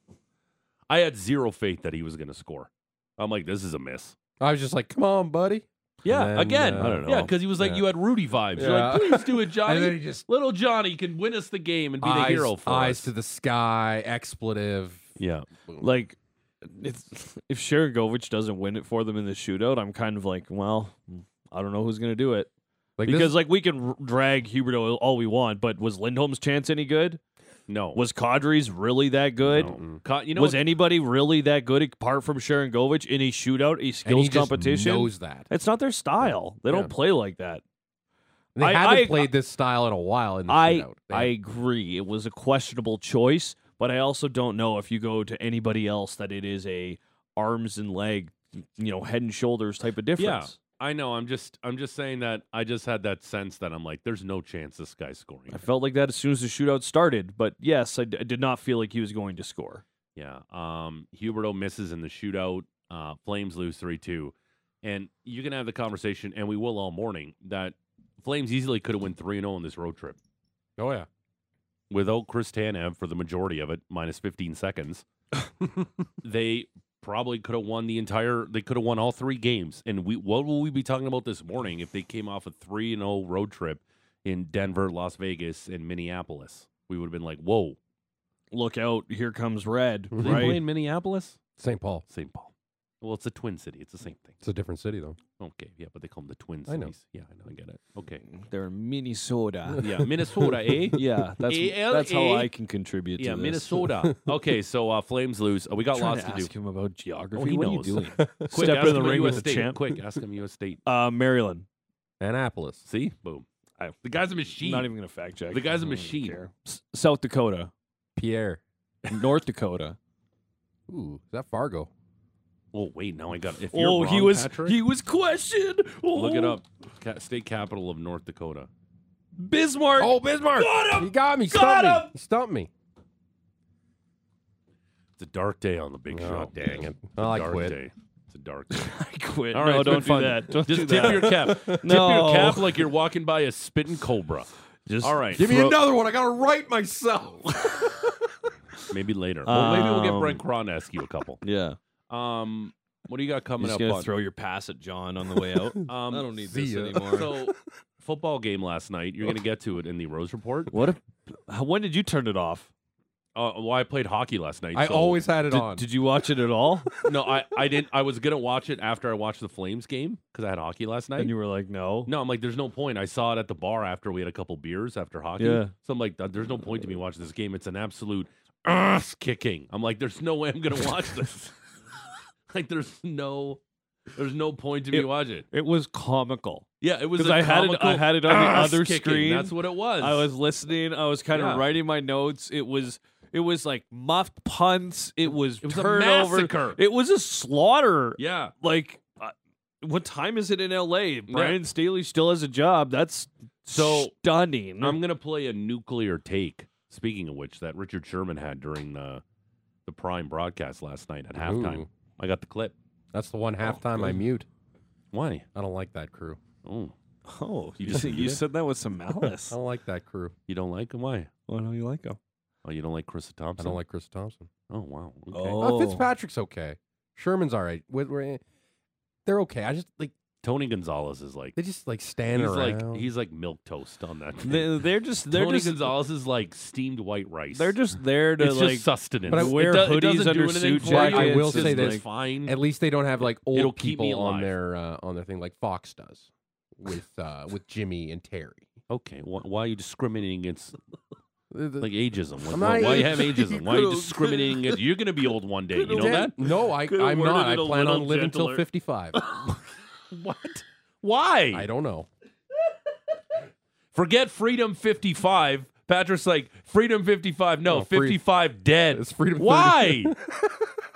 Speaker 3: I had zero faith that he was going to score. I'm like, this is a miss.
Speaker 4: I was just like, come on, buddy.
Speaker 3: Yeah,
Speaker 4: then,
Speaker 3: again,
Speaker 4: uh, I don't
Speaker 3: yeah,
Speaker 4: know.
Speaker 3: because he was like,
Speaker 4: Yeah.
Speaker 3: you had Rudy vibes. You're like,
Speaker 4: Yeah.
Speaker 3: please do it,
Speaker 4: And then he
Speaker 3: Johnny.
Speaker 4: just
Speaker 3: Little Johnny can win us the game and be the
Speaker 4: eyes,
Speaker 3: hero for
Speaker 4: eyes
Speaker 3: us.
Speaker 4: to the sky, expletive.
Speaker 3: yeah,
Speaker 5: Like if if Sharon Govich doesn't win it for them in the shootout, I'm kind of like, well, I don't know who's gonna do it.
Speaker 4: Like
Speaker 5: because
Speaker 4: this,
Speaker 5: like we can r- drag Huberto all we want, but was Lindholm's chance any good?
Speaker 3: no,
Speaker 5: Was Kadri's really that good?
Speaker 3: no. Ca- you know,
Speaker 5: was
Speaker 3: what?
Speaker 5: anybody really that good apart from Sharon Govich in a shootout, a
Speaker 4: and he
Speaker 5: skills
Speaker 4: just
Speaker 5: competition?
Speaker 4: knows that.
Speaker 5: It's not their style. They
Speaker 4: Yeah.
Speaker 5: don't play like that.
Speaker 4: They
Speaker 5: I-
Speaker 4: haven't
Speaker 5: I-
Speaker 4: played this style in a while. In the
Speaker 5: I
Speaker 4: shootout. They
Speaker 5: I
Speaker 4: haven't.
Speaker 5: agree. It was a questionable choice, but I also don't know if you go to anybody else that it is a arms and leg, you know, head and shoulders type of difference.
Speaker 3: I know. I'm just, I'm just saying that. I just had that sense that I'm like, there's no chance this guy's scoring.
Speaker 5: I felt like that as soon as the shootout started, but yes, I, d- I did not feel like he was going to score.
Speaker 3: Yeah. Um, Huberto misses in the shootout. Uh, Flames lose 3 2. And you can have the conversation, and we will all morning, that Flames easily could have won 3 0 on this road trip
Speaker 4: Oh yeah.
Speaker 3: without Chris Tanev for the majority of it, minus 15 seconds. they probably could have won the entire, they could have won all three games. And we, what will we be talking about this morning if they came off a 3 0 road trip in Denver, Las Vegas, and Minneapolis? We would have been like, whoa,
Speaker 5: Look out, here comes red,
Speaker 3: did they play
Speaker 5: right?
Speaker 3: in Minneapolis?
Speaker 4: St. Paul.
Speaker 3: St. Paul. Well, it's a twin city. It's the same thing.
Speaker 4: It's a different city, though.
Speaker 3: Okay, yeah, but they call them the twin cities.
Speaker 4: I know.
Speaker 3: Yeah, I know. I get it. Okay.
Speaker 5: They're in Minnesota.
Speaker 3: Yeah, Minnesota, eh?
Speaker 5: yeah, that's
Speaker 3: ALA.
Speaker 5: that's how I can contribute to
Speaker 3: Yeah,
Speaker 5: this.
Speaker 3: Minnesota. Okay, so uh, Flames lose. Uh, we got
Speaker 5: I'm trying
Speaker 3: lots to,
Speaker 5: to
Speaker 3: do.
Speaker 5: ask him about geography.
Speaker 3: he
Speaker 5: what
Speaker 3: knows.
Speaker 5: are you doing?
Speaker 3: Quick,
Speaker 5: Step
Speaker 3: ask
Speaker 5: in the
Speaker 3: him US
Speaker 5: ring with the
Speaker 3: State.
Speaker 5: champ.
Speaker 3: Quick, ask him U.S. State.
Speaker 5: Uh, Maryland.
Speaker 4: Annapolis.
Speaker 3: See, boom. the guy's a machine.
Speaker 5: Not even gonna fact check.
Speaker 3: The guy's a
Speaker 5: I don't
Speaker 3: machine.
Speaker 5: care. S- South Dakota,
Speaker 4: Pierre.
Speaker 5: North Dakota.
Speaker 4: Ooh, is that Fargo?
Speaker 3: oh wait, now I got. If you're
Speaker 5: oh, he
Speaker 3: wrong,
Speaker 5: was
Speaker 3: Patrick,
Speaker 5: he was questioned.
Speaker 3: Look it
Speaker 5: Oh,
Speaker 3: up. Ca- state capital of North Dakota.
Speaker 5: Bismarck.
Speaker 4: Oh, Bismarck.
Speaker 5: Got him!
Speaker 4: He got me.
Speaker 5: Got
Speaker 4: Stumped me.
Speaker 5: him!
Speaker 4: He stumped me.
Speaker 3: It's a dark day on the big
Speaker 5: Oh,
Speaker 3: shot. It's a
Speaker 4: Well, I
Speaker 3: dark
Speaker 4: quit.
Speaker 3: day. It's a dark day.
Speaker 5: I quit.
Speaker 3: All right,
Speaker 5: no,
Speaker 3: it's been
Speaker 5: don't do
Speaker 3: fun.
Speaker 5: that. Don't
Speaker 3: Just
Speaker 5: do
Speaker 3: tip
Speaker 5: that.
Speaker 3: your cap. Tip
Speaker 5: No.
Speaker 3: your cap like you're walking by a spitting cobra.
Speaker 5: Just
Speaker 3: All right.
Speaker 4: Give me
Speaker 3: throw-
Speaker 4: another one. I got to write myself.
Speaker 3: Maybe later. Well, maybe we'll get
Speaker 5: Um,
Speaker 3: Brent Cron to ask you a couple.
Speaker 5: Yeah,
Speaker 3: Um, what do you got coming
Speaker 5: just
Speaker 3: up?
Speaker 5: gonna
Speaker 3: on?
Speaker 5: throw your pass at John on the way out.
Speaker 3: um,
Speaker 5: I don't need
Speaker 4: see
Speaker 5: this
Speaker 4: ya.
Speaker 5: anymore.
Speaker 3: So, football game last night. You're going to get to it in the Rose Report.
Speaker 5: what? A, how- when did you turn it off?
Speaker 3: Uh, well, I played hockey last night.
Speaker 4: I
Speaker 3: so-
Speaker 4: always had it on.
Speaker 5: Did, did you watch it at all?
Speaker 3: no. I, I didn't. I was gonna watch it after I watched the Flames game because I had hockey last night.
Speaker 5: and you were like, no.
Speaker 3: no, I'm like, there's no point. I saw it at the bar after we had a couple beers after hockey.
Speaker 5: Yeah.
Speaker 3: So I'm like, there's no point to me watching this game. It's an absolute ass kicking. I'm like, there's no way I'm gonna watch this. like, there's no, there's no point to me
Speaker 5: It-
Speaker 3: watching it.
Speaker 5: It was comical.
Speaker 3: Yeah, it was
Speaker 5: Because
Speaker 3: a
Speaker 5: I had it,
Speaker 3: comical
Speaker 5: I had it on the
Speaker 3: ass
Speaker 5: other
Speaker 3: kicking.
Speaker 5: screen.
Speaker 3: That's what it was.
Speaker 5: I was listening. I was kind of
Speaker 3: Yeah.
Speaker 5: writing my notes. It was it was like muffed punts. It was,
Speaker 3: It was a
Speaker 5: turnover.
Speaker 3: massacre.
Speaker 5: It was a slaughter.
Speaker 3: Yeah.
Speaker 5: Like, uh, what time is it in L.A.? Brian Staley still has a job. That's
Speaker 3: So,
Speaker 5: stunning.
Speaker 3: I'm gonna play a nuclear take. Speaking of which, that Richard Sherman had during the the prime broadcast last night at halftime.
Speaker 4: Ooh.
Speaker 3: I got the clip.
Speaker 4: That's the one halftime I mute.
Speaker 3: Why?
Speaker 4: I don't like that crew.
Speaker 3: Oh,
Speaker 5: oh,
Speaker 3: you just- you
Speaker 5: said that with some
Speaker 4: I
Speaker 5: malice.
Speaker 4: don't like that crew.
Speaker 3: you don't like him? Why?
Speaker 5: Why don't you like him?
Speaker 3: Oh, you don't like Krista
Speaker 4: I
Speaker 3: Thompson?
Speaker 4: don't like Chris Thompson.
Speaker 3: Oh wow. Okay.
Speaker 4: Uh,
Speaker 5: Oh,
Speaker 4: Fitzpatrick's okay. Sherman's all right. We're- we're- they're okay. I just like
Speaker 3: Tony Gonzalez is like
Speaker 4: they just like
Speaker 3: he's
Speaker 4: stand
Speaker 3: like
Speaker 4: around.
Speaker 3: he's like milk toast on that. team.
Speaker 5: They, Uh, they're just they're
Speaker 3: Tony
Speaker 5: just
Speaker 3: Gonzalez is like steamed white rice.
Speaker 5: they're just there to
Speaker 3: it's
Speaker 5: like
Speaker 3: just sustenance.
Speaker 4: But I-
Speaker 5: wear
Speaker 3: it do- it
Speaker 5: hoodies
Speaker 3: doesn't
Speaker 5: under
Speaker 3: do anything
Speaker 5: suit
Speaker 3: for you.
Speaker 4: I will
Speaker 3: It's
Speaker 4: say
Speaker 3: just,
Speaker 4: this.
Speaker 3: like, fine.
Speaker 4: At least they don't have like old
Speaker 3: It'll keep me
Speaker 4: people on
Speaker 3: alive.
Speaker 4: their uh, on their thing, like Fox does with uh, with Jimmy and Terry.
Speaker 3: okay, wh- why are you discriminating against
Speaker 4: The- the-
Speaker 3: like ageism? Like,
Speaker 4: I'm
Speaker 3: why,
Speaker 4: not
Speaker 3: why you
Speaker 4: even-
Speaker 3: have ageism? Why are you discriminating against? You're gonna be old one day. You know
Speaker 4: Dan-
Speaker 3: that?
Speaker 4: No, I,
Speaker 5: Could've
Speaker 4: I'm
Speaker 5: worded
Speaker 4: not.
Speaker 5: it
Speaker 4: I
Speaker 5: a
Speaker 4: plan on
Speaker 5: little
Speaker 4: living till
Speaker 5: gentler.
Speaker 4: 55.
Speaker 3: What? Why?
Speaker 4: I don't know.
Speaker 3: Forget Freedom 55. Patrick's like, Freedom 55. No,
Speaker 4: No, Oh, free-
Speaker 3: 55 dead.
Speaker 4: It's Freedom
Speaker 3: Why?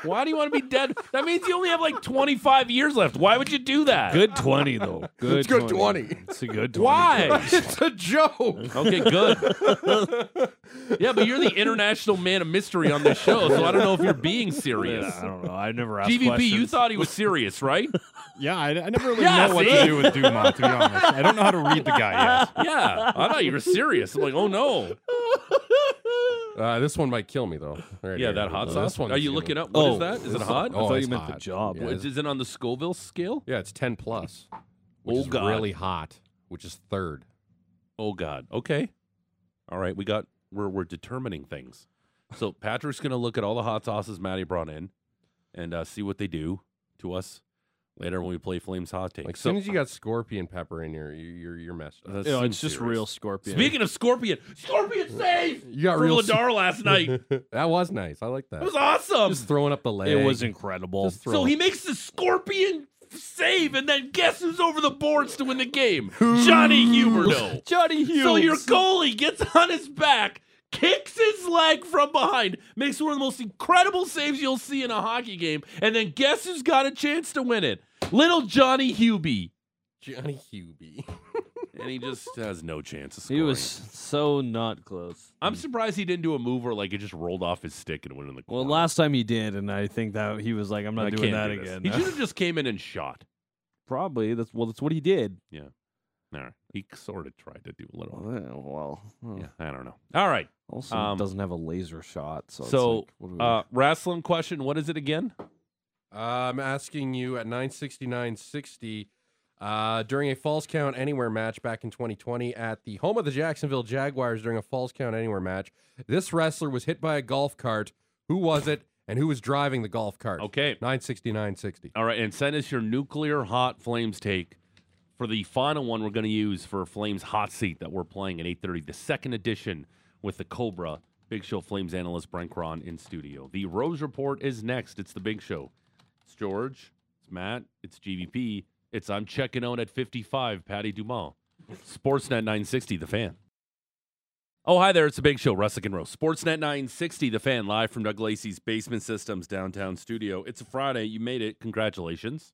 Speaker 3: Why do you want to be dead? That means you only have like 25 years left. Why would you do that?
Speaker 5: good twenty though. Good
Speaker 4: It's good 20.
Speaker 5: It's a good 20.
Speaker 3: Why?
Speaker 4: it's a joke.
Speaker 3: Okay, good. yeah, but you're the international man of mystery on this show, so I don't know if you're being serious.
Speaker 5: I don't know. I never asked
Speaker 3: GVP,
Speaker 5: questions.
Speaker 3: you thought he was serious, right?
Speaker 7: Yeah, I, I never really
Speaker 3: Yeah,
Speaker 7: know what
Speaker 3: see?
Speaker 7: to do with Dumont, to be honest. I don't know how to read the guy yet.
Speaker 3: Yeah, I thought you were serious. I'm like, oh no.
Speaker 4: Uh, this one might kill me though. Right
Speaker 3: Yeah,
Speaker 4: here.
Speaker 3: that hot
Speaker 4: This
Speaker 3: sauce.
Speaker 4: one's
Speaker 3: Are you
Speaker 4: gonna-
Speaker 3: looking up? What is
Speaker 5: Oh,
Speaker 3: that? Is it
Speaker 4: this-
Speaker 3: hot?
Speaker 4: Oh,
Speaker 5: I thought
Speaker 4: it's
Speaker 5: you meant the
Speaker 4: hot.
Speaker 5: job.
Speaker 4: Yeah,
Speaker 3: Is
Speaker 4: it's,
Speaker 3: it on the Scoville scale?
Speaker 4: yeah, it's 10 plus.
Speaker 3: Oh,
Speaker 4: Which is
Speaker 3: God.
Speaker 4: really hot, which is third.
Speaker 3: Oh God. Okay. All right. We got. We're we're determining things. So Patrick's gonna look at all the hot sauces Maddie brought in, and uh, see what they do to us later when we play Flames Hot Take.
Speaker 4: Like as
Speaker 3: so,
Speaker 4: soon as you got scorpion pepper in here, you- you're you're messed up.
Speaker 3: That
Speaker 5: You know,
Speaker 3: seems
Speaker 5: it's just
Speaker 3: serious.
Speaker 5: real scorpion.
Speaker 3: Speaking of Scorpion, Scorpion save
Speaker 4: You got
Speaker 3: for
Speaker 4: real.
Speaker 3: Ladar last night. It
Speaker 4: that was nice. I like that.
Speaker 3: was awesome.
Speaker 4: Just throwing up the leg.
Speaker 5: it was incredible.
Speaker 4: Just
Speaker 3: so
Speaker 4: throwing-
Speaker 3: he makes the Scorpion save, and then guess who's over the boards to win the game? Johnny Huberto.
Speaker 5: Johnny Hughes.
Speaker 3: So your goalie gets on his back, kicks his leg from behind, makes one of the most incredible saves you'll see in a hockey game, and then guess who's got a chance to win it? Little Johnny Hubie.
Speaker 4: Johnny Hubie.
Speaker 3: And he just has no chance of
Speaker 5: He was so not close.
Speaker 3: I'm surprised he didn't do a move where like it just rolled off his stick and went in the
Speaker 5: Well,
Speaker 3: corner.
Speaker 5: last time he did, and I think that he was like, "I'm not
Speaker 3: I can't
Speaker 5: doing that
Speaker 3: do this.
Speaker 5: again."
Speaker 3: He should have just came in and shot.
Speaker 5: Probably. That's well. That's what he did.
Speaker 3: All right. He sort of tried to do a little.
Speaker 5: Eh, Well,
Speaker 3: Yeah, I don't know. All right.
Speaker 5: also
Speaker 3: Um,
Speaker 5: doesn't have a laser shot. So, it's
Speaker 3: so,
Speaker 5: like, what do we-
Speaker 3: Uh, wrestling question. What is it again?
Speaker 4: I'm asking you at 969.60 uh, during a false count anywhere match back in 2020 at the home of the Jacksonville Jaguars during a false count anywhere match. This wrestler was hit by a golf cart. Who was it? and who was driving the golf cart.
Speaker 3: Okay.
Speaker 4: 960, 960.
Speaker 3: All right, and send us your nuclear hot flames take for the final one we're going to use for Flames hot seat that we're playing at 8:30, the second edition with the Cobra Big Show Flames analyst Brent Cron in studio. The Rose Report is next. It's the Big Show. It's George. It's Matt. It's GVP. It's I'm checking out at 55. Patty Dumas. Sportsnet 960. The Fan. Oh, hi there. It's the Big Show, Russick and Rose. Sportsnet 960, the fan, live from Doug Lacey's Basement Systems downtown studio. It's a Friday. You made it. Congratulations.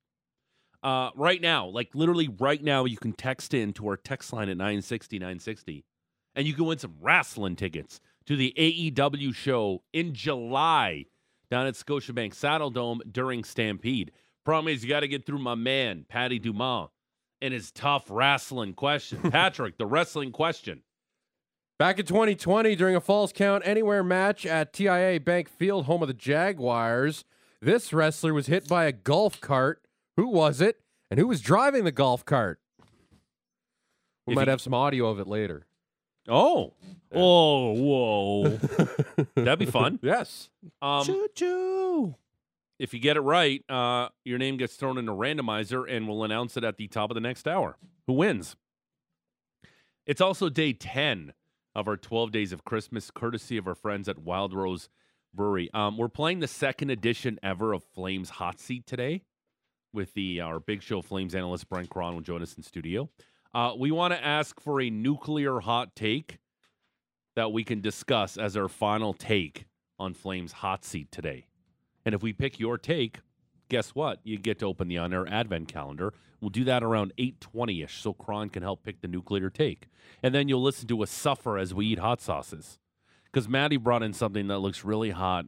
Speaker 3: Uh, right now, like literally right now, you can text in to our text line at 960 960, and you can win some wrestling tickets to the AEW show in July down at Scotiabank Saddle Dome during Stampede. Problem is, you got to get through my man, Patty Dumas, and his tough wrestling question. Patrick, the wrestling question.
Speaker 4: Back in 2020, during a Falls Count Anywhere match at TIA Bank Field, home of the Jaguars, this wrestler was hit by a golf cart. Who was it? And who was driving the golf cart? We
Speaker 3: If
Speaker 4: might
Speaker 3: you-
Speaker 4: have some audio of it later.
Speaker 3: Oh,
Speaker 5: Oh, whoa.
Speaker 3: that'd be fun.
Speaker 4: Yes.
Speaker 3: Um,
Speaker 5: choo choo.
Speaker 3: if you get it right, uh, your name gets thrown in a randomizer, and we'll announce it at the top of the next hour. Who wins? It's also day 10 of our 12 Days of Christmas, courtesy of our friends at Wild Rose Brewery. Um, we're playing the second edition ever of Flames Hot Seat today with the our Big Show Flames analyst, Brent Cron, will join us in studio. Uh, we want to ask for a nuclear hot take that we can discuss as our final take on Flames Hot Seat today. And if we pick your take, guess what? You get to open the on air advent calendar. We'll do that around 820 ish so Kron can help pick the nuclear take. And then you'll listen to us suffer as we eat hot sauces. Because Maddie brought in something that looks really hot.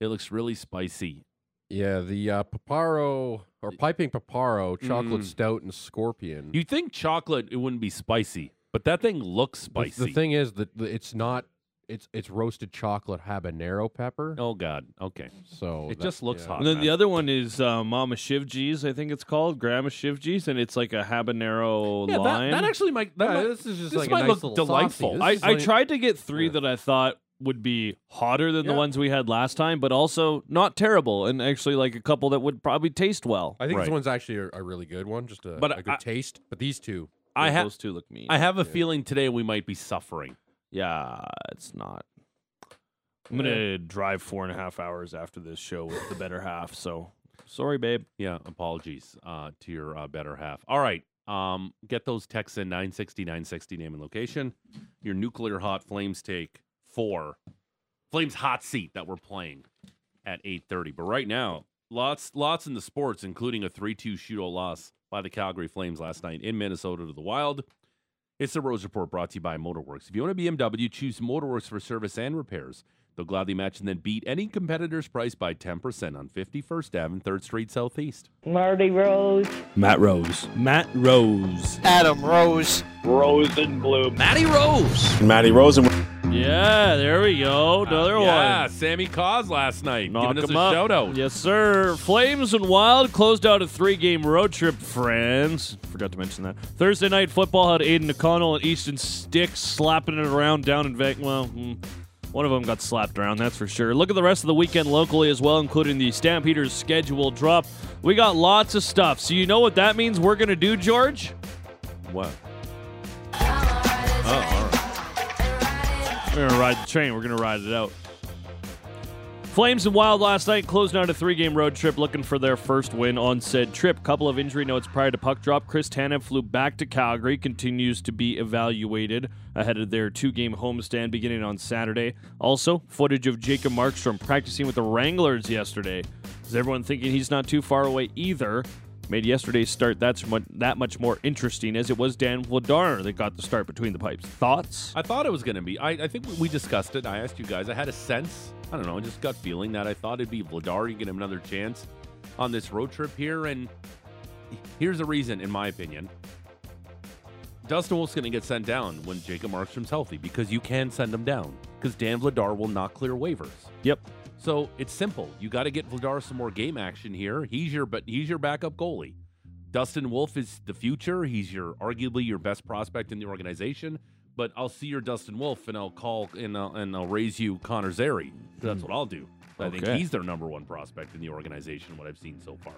Speaker 3: It looks really spicy.
Speaker 4: Yeah, the uh, Paparo or Piping Paparo chocolate
Speaker 3: Mm.
Speaker 4: stout and scorpion.
Speaker 3: You'd think chocolate, it wouldn't be spicy, but that thing looks
Speaker 4: The-
Speaker 3: spicy.
Speaker 4: The thing is that the- it's not. It's it's roasted chocolate habanero pepper.
Speaker 3: oh, God. Okay.
Speaker 4: So
Speaker 3: it
Speaker 4: that-
Speaker 3: just looks
Speaker 4: yeah.
Speaker 3: hot.
Speaker 5: And then the
Speaker 3: man.
Speaker 5: other one is uh, Mama Shivji's, I think it's called, Grandma Shivji's, and it's like a habanero
Speaker 3: yeah,
Speaker 5: line.
Speaker 3: that, that actually might. That
Speaker 4: Yeah,
Speaker 3: might-
Speaker 4: this is just
Speaker 3: this
Speaker 4: like
Speaker 3: might
Speaker 4: a nice
Speaker 3: look
Speaker 4: little
Speaker 3: delightful.
Speaker 4: Saucy. This
Speaker 5: I,
Speaker 4: is
Speaker 5: I
Speaker 4: like-
Speaker 5: tried to get three
Speaker 4: Yeah.
Speaker 5: that I thought would be hotter than the
Speaker 4: Yeah.
Speaker 5: ones we had last time, but also not terrible, and actually like a couple that would probably taste well.
Speaker 4: I think
Speaker 3: Right.
Speaker 4: this one's actually a, a really good one, just a,
Speaker 3: But
Speaker 4: a good
Speaker 3: I-
Speaker 4: taste. But these two,
Speaker 3: I,
Speaker 5: Like,
Speaker 3: ha-
Speaker 5: those two look mean.
Speaker 3: I have a feeling today we might be suffering.
Speaker 5: yeah, it's not.
Speaker 6: I'm gonna drive four and a half hours after this show with the better half. So
Speaker 5: Sorry, babe.
Speaker 3: Yeah, apologies uh, to your uh, better half. All right, um, get those texts in 960, 960, name and location. Your nuclear hot flames take for Flames hot seat that we're playing at 8.30. But right now, lots lots in the sports, including a 3-2 shootout loss by the Calgary Flames last night in Minnesota to the Wild. It's the Rose Report brought to you by Motorworks. If you own a BMW, choose Motorworks for service and repairs. They'll gladly match and then beat any competitor's price by 10% on 51st Ave and 3rd Street Southeast.
Speaker 8: Marty Rose.
Speaker 6: Matt Rose, Matt Rose,
Speaker 9: Adam Rose.
Speaker 5: Yeah, there we go. Another
Speaker 3: Uh, Yeah,
Speaker 5: one.
Speaker 3: Sammy Cause last night.
Speaker 5: Knock
Speaker 3: giving us
Speaker 5: 'em
Speaker 3: a
Speaker 5: up.
Speaker 3: shout out.
Speaker 5: Yes, sir. Flames and Wild closed out a three game road trip, friends. Forgot to mention that. Thursday night football had Aiden O'Connell and Easton Sticks slapping it around down in Vegas. Well, hmm, one of them got slapped around, that's for sure. Look at the rest of the weekend locally as well, including the Stampeders schedule drop. We got lots of stuff. So, you know what that means we're going to do, George?
Speaker 3: What?
Speaker 5: We're gonna ride the train. We're gonna ride it out. Flames and Wild last night closed out a three-game road trip, looking for their first win on said trip. Couple of injury notes prior to puck drop. Chris Tanev flew back to Calgary, continues to be evaluated ahead of their two-game homestand beginning on Saturday. Also, footage of Jacob Markstrom practicing with the Wranglers yesterday. Is everyone thinking he's not too far away either? Made yesterday's start that's mu- that much more interesting, as it was Dan Vladar that got the start between the pipes. Thoughts?
Speaker 3: I thought it was going to be. I, I think we discussed it. I asked you guys. I had a sense. I don't know. I just got feeling that I thought it'd be Vladar. You get him another chance on this road trip here. And here's the reason, in my opinion. Dustin Wolf's going to get sent down when Jacob Markstrom's healthy because you can send him down because Dan Vladar will not clear waivers.
Speaker 5: Yep.
Speaker 3: So it's simple. You got to get Vladar some more game action here. He's your but he's your backup goalie. Dustin Wolf is the future. He's your arguably your best prospect in the organization. But I'll see your Dustin Wolf and I'll call and I'll, and I'll raise you Connor Zary. That's what I'll do. I think
Speaker 5: Hmm. Okay.
Speaker 3: he's their number one prospect in the organization, what I've seen so far.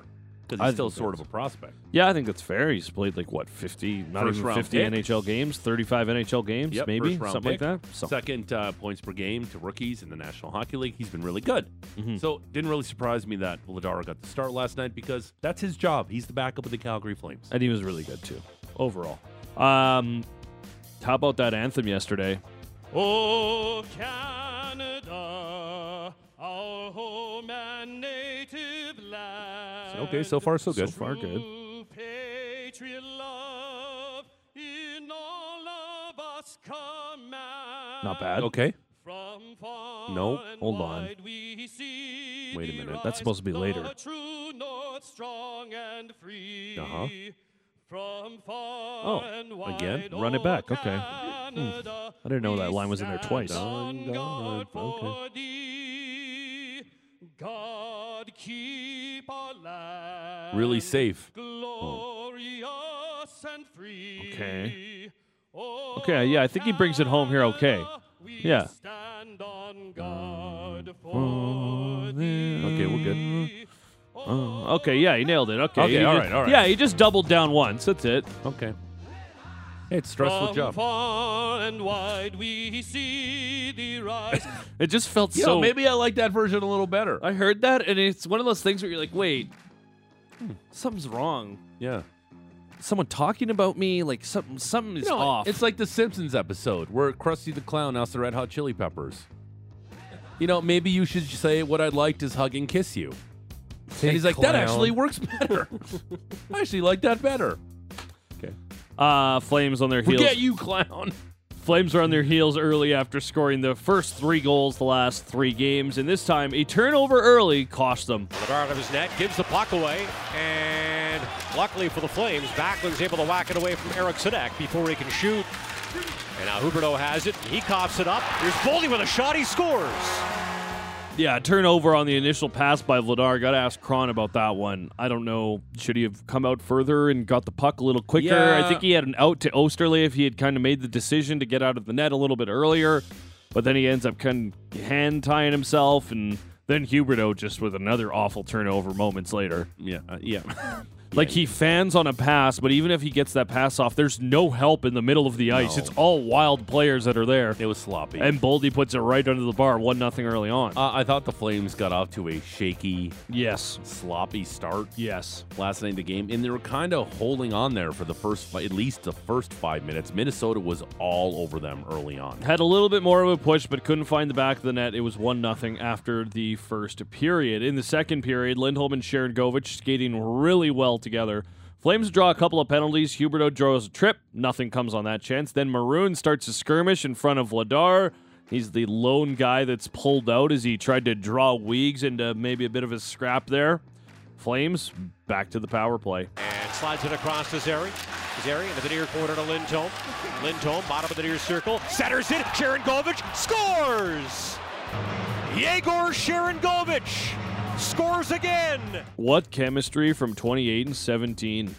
Speaker 3: Because
Speaker 5: I
Speaker 3: he's still
Speaker 5: think
Speaker 3: sort of a prospect.
Speaker 5: Yeah, I think that's fair. He's played like what fifty, not
Speaker 3: First
Speaker 5: even
Speaker 3: round
Speaker 5: fifty
Speaker 3: pick.
Speaker 5: NHL games, thirty-five NHL games,
Speaker 3: Yep,
Speaker 5: maybe
Speaker 3: first round
Speaker 5: something
Speaker 3: pick.
Speaker 5: like that. So,
Speaker 3: Second uh, points per game to rookies in the National Hockey League. He's been really good.
Speaker 5: Mhm.
Speaker 3: So didn't really surprise me that Ladaro got the start last night because that's his job. He's the backup of the Calgary Flames.
Speaker 5: and he was really good too overall. Um, how about that anthem yesterday? Oh Canada, our home and native land.
Speaker 3: Okay, so far so good.
Speaker 5: So far good. Not bad.
Speaker 3: Okay.
Speaker 5: No,
Speaker 3: far and
Speaker 5: hold on.
Speaker 3: Wait a minute.
Speaker 5: That's supposed to be later.
Speaker 3: Uh huh.
Speaker 5: Uh-huh. Oh,
Speaker 3: again?
Speaker 5: Run it back. Okay. Hmm, I didn't know that line was in there twice.
Speaker 3: Okay. Really safe.
Speaker 5: Oh. Okay. Okay, yeah, I think he brings it home here okay. Yeah.
Speaker 3: Okay, we're good.
Speaker 5: Oh, okay, yeah, he nailed it. Okay.
Speaker 3: Okay,
Speaker 5: he
Speaker 3: all
Speaker 5: just-
Speaker 3: right, all right.
Speaker 5: Yeah, he just doubled down once. That's it.
Speaker 3: Okay. Hey, it's a stressful job.
Speaker 5: It just felt
Speaker 3: You know,
Speaker 5: so.
Speaker 3: maybe I like that version a little better.
Speaker 5: I heard that, and it's one of those things where you're like, wait, something's wrong.
Speaker 3: yeah.
Speaker 5: Someone talking about me, like something, something is
Speaker 3: No,
Speaker 5: off.
Speaker 3: It's like the Simpsons episode where Krusty the Clown asked the Red Hot Chili Peppers. You know, maybe you should say what I liked is hug and kiss you. and he's like, that actually works better. I actually like that better.
Speaker 5: uh, flames on their heels.
Speaker 3: Forget you, clown.
Speaker 5: Flames are on their heels early after scoring the first three goals the last three games, and this time a turnover early cost them.
Speaker 2: Levar out of his net, gives the puck away, and luckily for the Flames, Backlund's able to whack it away from Eric Sadek before he can shoot. And now Huberto has it. He coughs it up. Here's Boldy with a shot. He scores.
Speaker 5: Yeah, turnover on the initial pass by Vladar. Got to ask Kron about that one. I don't know. Should he have come out further and got the puck a little quicker?
Speaker 3: Yeah.
Speaker 5: I think he had an out to Osterley if he had kind of made the decision to get out of the net a little bit earlier, but then he ends up kind of hand tying himself, and then Huberto just with another awful turnover moments later.
Speaker 3: Yeah, uh, yeah.
Speaker 5: Like he fans on a pass, but even if he gets that pass off, there's no help in the middle of the ice.
Speaker 3: No.
Speaker 5: It's all wild players that are there.
Speaker 3: It was sloppy.
Speaker 5: And Boldy puts it right under the bar, one nothing early on.
Speaker 3: uh, I thought the Flames got off to a shaky,
Speaker 5: yes,
Speaker 3: sloppy start
Speaker 5: yes.
Speaker 3: last night of the game, and they were kind of holding on there for the first, fi- at least the first five minutes. Minnesota was all over them early on.
Speaker 5: Had a little bit more of a push, but couldn't find the back of the net. It was one nothing after the first period. In the second period, Lindholm and Sharon Govich skating really well together. Flames draw a couple of penalties. Huberto draws a trip. Nothing comes on that chance. Then Maroon starts a skirmish in front of Vladar. He's the lone guy that's pulled out as he tried to draw Weegs into maybe a bit of a scrap there. Flames back to the power play.
Speaker 2: And slides it across to Zeri. Zeri in the near corner to Lindholm. Lindholm, bottom of the near circle, centers it. Sharon Govich scores. Yegor Sharon Govich scores again.
Speaker 5: What chemistry from 28 and 17?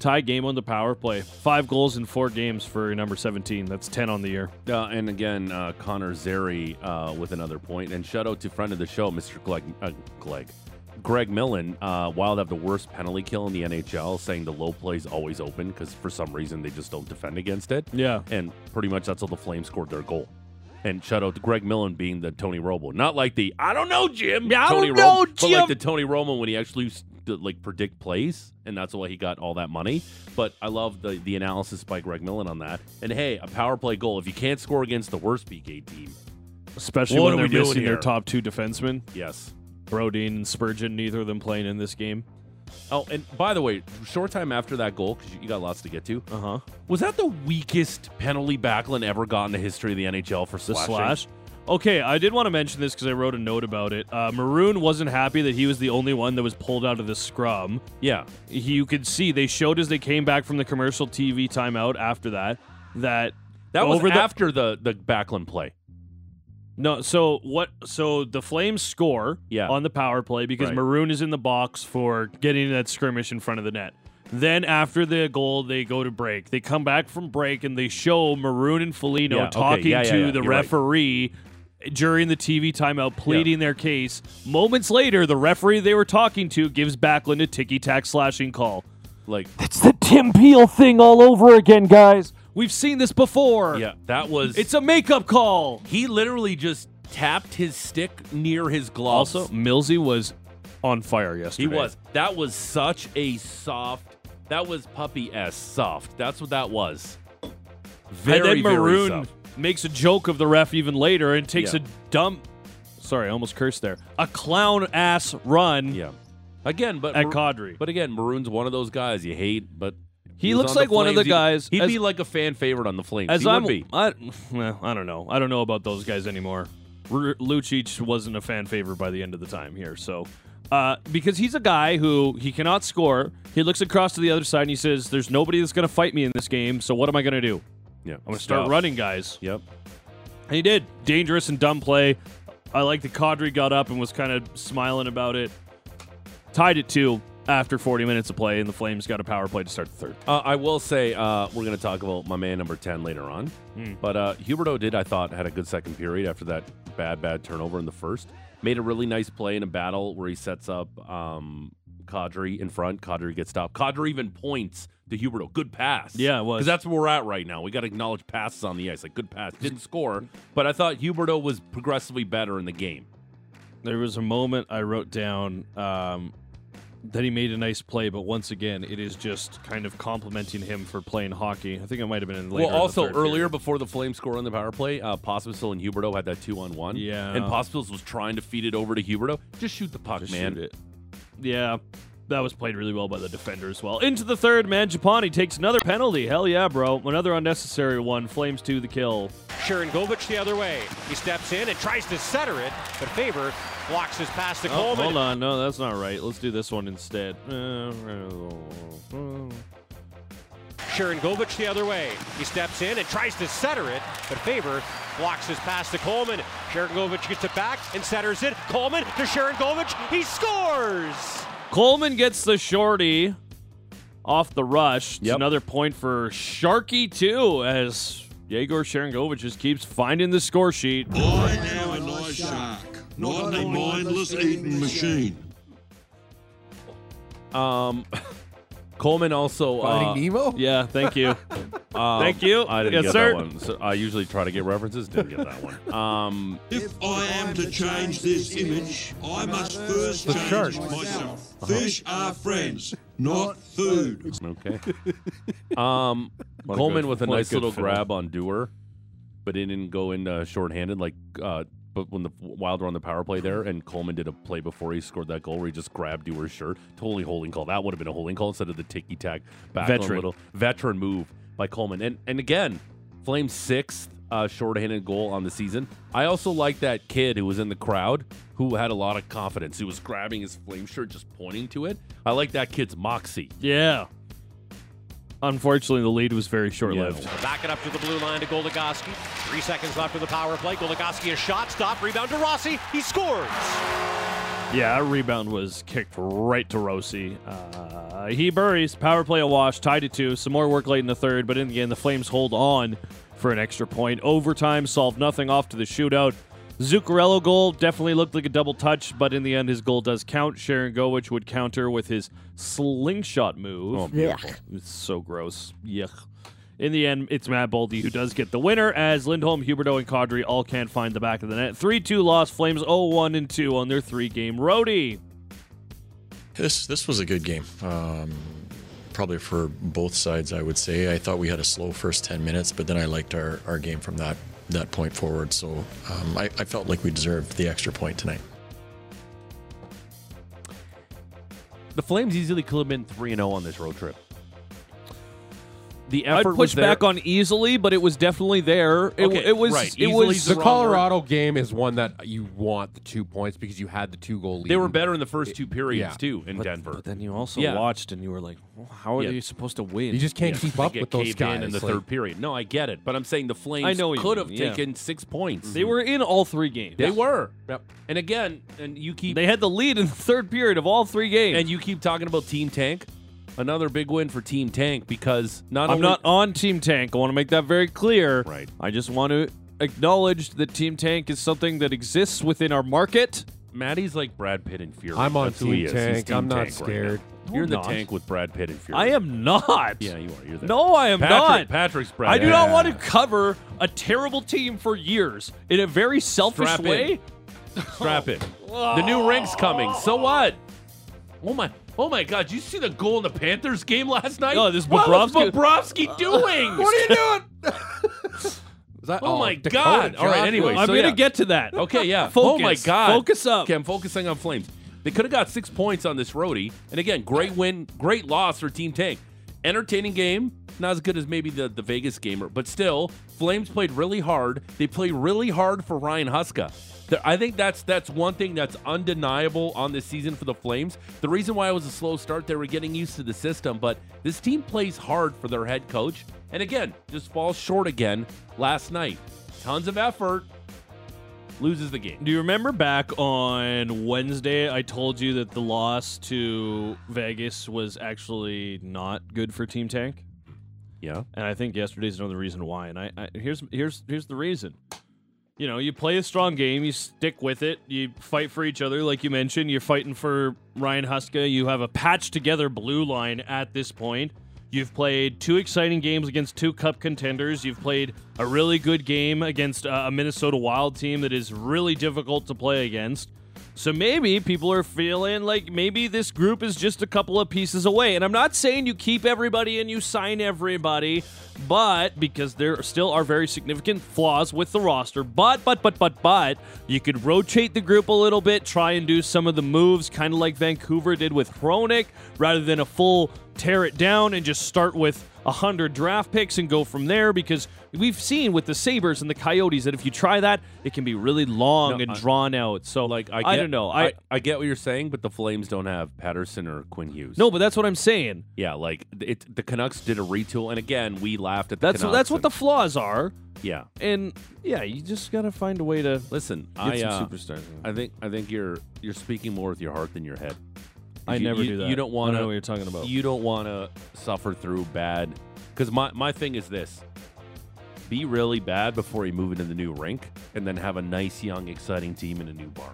Speaker 5: Tie game on the power play. Five goals in four games for number 17. That's 10 on the year.
Speaker 3: Uh, and again, uh, Connor Zeri uh, with another point. And shout out to friend of the show, Mr. Greg, uh, Greg, Greg Millen. Uh, Wild have the worst penalty kill in the NHL, saying the low play is always open because for some reason they just don't defend against it.
Speaker 5: Yeah.
Speaker 3: And pretty much that's how the Flames scored their goal. And shout out to Greg Millen being the Tony Romo, not like the I don't know Jim.
Speaker 5: Yeah, I
Speaker 3: Tony
Speaker 5: don't know,
Speaker 3: Romo, But like
Speaker 5: Jim.
Speaker 3: the Tony Romo when he actually used to, like predict plays, and that's why he got all that money. But I love the the analysis by Greg Millen on that. And hey, a power play goal if you can't score against the worst PK team,
Speaker 5: Especially
Speaker 3: What
Speaker 5: when
Speaker 3: are we
Speaker 5: they're
Speaker 3: doing
Speaker 5: missing
Speaker 3: here?
Speaker 5: their top two defensemen,
Speaker 3: yes.
Speaker 5: Brodeen and Spurgeon, neither of them playing in this game.
Speaker 3: Oh, and by the way, short time after that goal, because you got lots to get to,
Speaker 5: Uh huh.
Speaker 3: was that the weakest penalty Backlund ever got in the history of the NHL for
Speaker 5: The
Speaker 3: slashing?
Speaker 5: slash. Okay, I did want to mention this because I wrote a note about it. Uh, Maroon wasn't happy that he was the only one that was pulled out of the scrum.
Speaker 3: Yeah,
Speaker 5: He, you could see they showed as they came back from the commercial TV timeout after that that
Speaker 3: that was
Speaker 5: over the,
Speaker 3: after the the Backlund play.
Speaker 5: No, so what? So the Flames score
Speaker 3: Yeah.
Speaker 5: on the power play because
Speaker 3: Right.
Speaker 5: Maroon is in the box for getting that skirmish in front of the net. Then after the goal, they go to break. They come back from break and they show Maroon and Felino
Speaker 3: Yeah, okay,
Speaker 5: talking
Speaker 3: yeah, yeah,
Speaker 5: to
Speaker 3: yeah, you're
Speaker 5: the
Speaker 3: right.
Speaker 5: referee during the TV timeout pleading their case. Moments later, the referee they were talking to gives Backlund a ticky tack slashing call.
Speaker 3: Like,
Speaker 5: It's the Tim Peel thing all over again, guys. We've seen this before.
Speaker 3: yeah, that was.
Speaker 5: It's a makeup call.
Speaker 3: he literally just tapped his stick near his gloves.
Speaker 5: Also, Millsy was on fire yesterday.
Speaker 3: he was. That was such a soft. That was puppy s soft. That's what that was. Very
Speaker 5: and then Maroon
Speaker 3: very soft.
Speaker 5: makes a joke of the ref even later and takes
Speaker 3: Yeah.
Speaker 5: a dump. Sorry, I almost cursed there. A clown ass run
Speaker 3: Yeah. Again, but
Speaker 5: at
Speaker 3: Mar-
Speaker 5: Cadre.
Speaker 3: But again, Maroon's one of those guys you hate, but
Speaker 5: He
Speaker 3: was
Speaker 5: looks
Speaker 3: on the
Speaker 5: like one of
Speaker 3: Flames.
Speaker 5: the
Speaker 3: He-
Speaker 5: guys-
Speaker 3: He'd
Speaker 5: as-
Speaker 3: be like a fan favorite on the Flames.
Speaker 5: As
Speaker 3: he
Speaker 5: I'm,
Speaker 3: would be.
Speaker 5: I, well, I don't know. I don't know about those guys anymore. R- Lucic wasn't a fan favorite by the end of the time here, so uh, because he's a guy who he cannot score. He looks across to the other side and he says, "There's nobody that's going to fight me in this game. So what am I going to do?
Speaker 3: Yeah.
Speaker 5: I'm going to start running, guys."
Speaker 3: Yep.
Speaker 5: And he did dangerous and dumb play. I like that Cadre got up and was kind of smiling about it. Tied it two after 40 minutes of play, and the Flames got a power play to start the third.
Speaker 3: Uh, I will say uh, we're going to talk about my man number ten later on,
Speaker 5: Hmm.
Speaker 3: but uh, Huberto did I thought had a good second period after that bad bad turnover in the first. Made a really nice play in a battle where he sets up um, Kadri in front. Kadri gets stopped. Kadri even points to Huberto. Good pass.
Speaker 5: Yeah, it was.
Speaker 3: because that's where we're at right now. We got to acknowledge passes on the ice. Like good pass, didn't score, but I thought Huberto was progressively better in the game.
Speaker 6: There was a moment I wrote down um, that he made a nice play, but once again, it is just kind of complimenting him for playing hockey. I think it might have been in later. in the
Speaker 3: well, also
Speaker 6: third
Speaker 3: earlier
Speaker 6: period.
Speaker 3: before the Flames score on the power play, uh, Pospisil and Huberto had that two on one.
Speaker 6: Yeah.
Speaker 3: and Pospisil was trying to feed it over to Huberto. Just shoot the puck, man.
Speaker 5: Shoot it. Yeah, that was played really well by the defender as well. Into the third, man. Japani takes another penalty. Hell yeah, bro. Another unnecessary one. Flames to the kill.
Speaker 2: Sharon Govich the other way. He steps in and tries to center it, but Faber blocks his pass to
Speaker 5: Oh,
Speaker 2: Coleman.
Speaker 5: hold on. No, that's not right. Let's do this one instead. Uh,
Speaker 2: Sharon Govich the other way. He steps in and tries to center it, but Faber blocks his pass to Coleman. Sharon Govich gets it back and centers it. Coleman to Sharon Govich. He scores!
Speaker 5: Coleman gets the shorty off the rush. It's
Speaker 3: Yep.
Speaker 5: another point for Sharky, too, as Yegor Sharangovich just keeps finding the score sheet.
Speaker 8: I am an eye shark, not a mindless eating machine.
Speaker 3: Um, Coleman also. Uh,
Speaker 4: Finding Nemo?
Speaker 5: Yeah, thank you.
Speaker 3: um,
Speaker 5: Thank you.
Speaker 3: I didn't
Speaker 5: Yes,
Speaker 3: get
Speaker 5: sir.
Speaker 3: that one. So I usually try to get references. Didn't get that one. Um,
Speaker 8: If I am to change this image, I must first
Speaker 4: The
Speaker 8: change
Speaker 4: shark.
Speaker 8: myself. Fish are friends, not food.
Speaker 3: okay. Um,
Speaker 6: What a
Speaker 3: Coleman
Speaker 6: good-
Speaker 3: with a
Speaker 6: what a
Speaker 3: nice
Speaker 6: good
Speaker 3: little
Speaker 6: fiddle.
Speaker 3: grab on Dewar, but it didn't go in uh, shorthanded like. Uh, but when the Wild were on the power play there, and Coleman did a play before he scored that goal where he just grabbed Dewar's shirt, totally holding call. That would have been a holding call instead of the ticky tack back on
Speaker 5: Veteran.
Speaker 3: little veteran move by Coleman. And and again, Flames sixth uh, shorthanded goal on the season. I also like that kid who was in the crowd who had a lot of confidence. He was grabbing his flame shirt, just pointing to it. I like that kid's moxie.
Speaker 5: Yeah. Unfortunately, the lead was very short lived.
Speaker 2: Back it up to the blue line to Goligoski. Three seconds left of the power play. Goligoski a shot, stop, rebound to Rossi. He scores.
Speaker 5: Yeah, that rebound was kicked right to Rossi. Uh, he buries, power play a wash, tied it two. Some more work late in the third, but in the end, the Flames hold on for an extra point. Overtime solved nothing off to the shootout. Zuccarello goal definitely looked like a double touch, but in the end, his goal does count. Sharon Gowich would counter with his slingshot move. It's so gross. Yuck. In the end, it's Matt Boldy who does get the winner as Lindholm, Huberto, and Cadre all can't find the back of the net. 3 2 loss, Flames 0 1 and 2 on their three game roadie.
Speaker 9: This this was a good game. Um, probably for both sides, I would say. I thought we had a slow first ten minutes, but then I liked our, our game from that that point forward. So um, I, I felt like we deserved the extra point tonight.
Speaker 3: The Flames easily could have been 3 0 on this road trip. The
Speaker 5: I'd
Speaker 3: effort was
Speaker 5: push
Speaker 3: there.
Speaker 5: back on easily, but it was definitely there. It,
Speaker 3: Okay,
Speaker 5: it was.
Speaker 3: right.
Speaker 5: It
Speaker 3: Easily's
Speaker 5: was.
Speaker 3: the
Speaker 4: The
Speaker 3: wrong
Speaker 4: Colorado game is one that you want the two points because you had the two goal lead.
Speaker 3: They were better in the first two periods,
Speaker 4: Yeah.
Speaker 3: too, in Denver.
Speaker 6: But then you also
Speaker 3: Yeah.
Speaker 6: watched and you were like, "Well, how are
Speaker 3: Yeah.
Speaker 6: they supposed to win?
Speaker 4: You just can't keep up
Speaker 3: They get
Speaker 4: with those
Speaker 3: caved
Speaker 4: guys.
Speaker 3: in in the
Speaker 4: Like,
Speaker 3: third period. No, I get it, but I'm saying the Flames
Speaker 5: I know what you
Speaker 3: could have
Speaker 5: mean, yeah.
Speaker 3: taken six points.
Speaker 5: They were in all three games.
Speaker 3: They were.
Speaker 4: Yep.
Speaker 3: And again, and you keep
Speaker 5: They had the lead in the third period of all three games.
Speaker 3: and you keep talking about Team Tank. Another big win for Team Tank because not
Speaker 5: I'm
Speaker 3: only
Speaker 5: not on Team Tank. I want to make that very clear.
Speaker 3: Right.
Speaker 5: I just want to acknowledged that Team Tank is something that exists within our market.
Speaker 3: Maddie's like Brad Pitt and Fury.
Speaker 4: I'm on
Speaker 3: That's who he
Speaker 4: Team
Speaker 3: is. He's
Speaker 4: Tank. I'm not
Speaker 3: right now.
Speaker 4: scared.
Speaker 3: You're in the
Speaker 5: not.
Speaker 3: tank with Brad Pitt and Fury.
Speaker 5: I am not.
Speaker 3: Yeah, you are. You're there.
Speaker 5: No, Oh, I am
Speaker 3: Patrick,
Speaker 5: not.
Speaker 3: Patrick's Brad.
Speaker 5: I do
Speaker 3: Pitt.
Speaker 5: not want to cover a terrible team for years in a very selfish
Speaker 3: Strap in.
Speaker 5: way. Oh.
Speaker 3: Strap it. The new rink's coming. So what? Oh my! Oh my God! Did you see the goal in the Panthers game last night?
Speaker 5: Oh, this
Speaker 3: what was
Speaker 5: Bobrovsky-
Speaker 3: Bobrovsky doing? what are you doing?
Speaker 4: Is that-
Speaker 3: Oh, my
Speaker 4: Dakota
Speaker 3: God! All right.
Speaker 4: Johnson.
Speaker 3: Anyway,
Speaker 5: I'm
Speaker 3: so
Speaker 5: gonna
Speaker 3: yeah.
Speaker 5: get to that.
Speaker 3: Okay, yeah.
Speaker 5: Focus.
Speaker 3: Oh my God.
Speaker 5: Focus up.
Speaker 3: Okay, I'm focusing on Flames. They could have got six points on this roadie, and again, great win, great loss for Team Tank. Entertaining game, not as good as maybe the, the Vegas gamer, but still, Flames played really hard. They play really hard for Ryan Huska. The- I think that's that's one thing that's undeniable on this season for the Flames. The reason why it was a slow start, they were getting used to the system, but this team plays hard for their head coach, and again, just falls short again last night. Tons of effort, loses the game.
Speaker 5: Do you remember back on Wednesday I told you that the loss to Vegas was actually not good for Team Tank?
Speaker 3: Yeah.
Speaker 5: And I think yesterday's another reason why. And I, I here's here's here's the reason. You know, you play a strong game, you stick with it, you fight for each other, like you mentioned. You're fighting for Ryan Huska. You have a patched together blue line at this point. You've played two exciting games against two cup contenders. You've played a really good game against uh, a Minnesota Wild team that is really difficult to play against. So maybe people are feeling like maybe this group is just a couple of pieces away. And I'm not saying you keep everybody and you sign everybody, but because there still are very significant flaws with the roster, but but but but but you could rotate the group a little bit, try and do some of the moves kind of like Vancouver did with Hronik rather than a full tear it down and just start with 100 draft picks and go from there because we've seen with the Sabres and the Coyotes that if you try that, it can be really long
Speaker 3: No,
Speaker 5: and
Speaker 3: I-
Speaker 5: drawn out. So
Speaker 3: Like I,
Speaker 5: I,
Speaker 3: get,
Speaker 5: don't know. I,
Speaker 3: I get what you're saying, but the Flames don't have Patterson or Quinn Hughes.
Speaker 5: no, but that's what I'm saying.
Speaker 3: yeah, like it. The Canucks did a retool, and again, we laughed at the
Speaker 5: That's
Speaker 3: Canucks.
Speaker 5: that's what the
Speaker 3: and-
Speaker 5: flaws are,
Speaker 3: yeah.
Speaker 5: and yeah, you just gotta find a way to get
Speaker 3: Listen, I uh,
Speaker 5: some superstars.
Speaker 3: I think I think you're you're speaking more with your heart than your head.
Speaker 5: I
Speaker 3: You-
Speaker 5: never
Speaker 3: you-
Speaker 5: do that.
Speaker 3: You don't
Speaker 5: I
Speaker 3: want
Speaker 5: know what you're
Speaker 3: to.
Speaker 5: talking about.
Speaker 3: You don't want to suffer through bad. Because my my thing is this: be really bad before you move into the new rink, and then have a nice, young, exciting team in a new bar.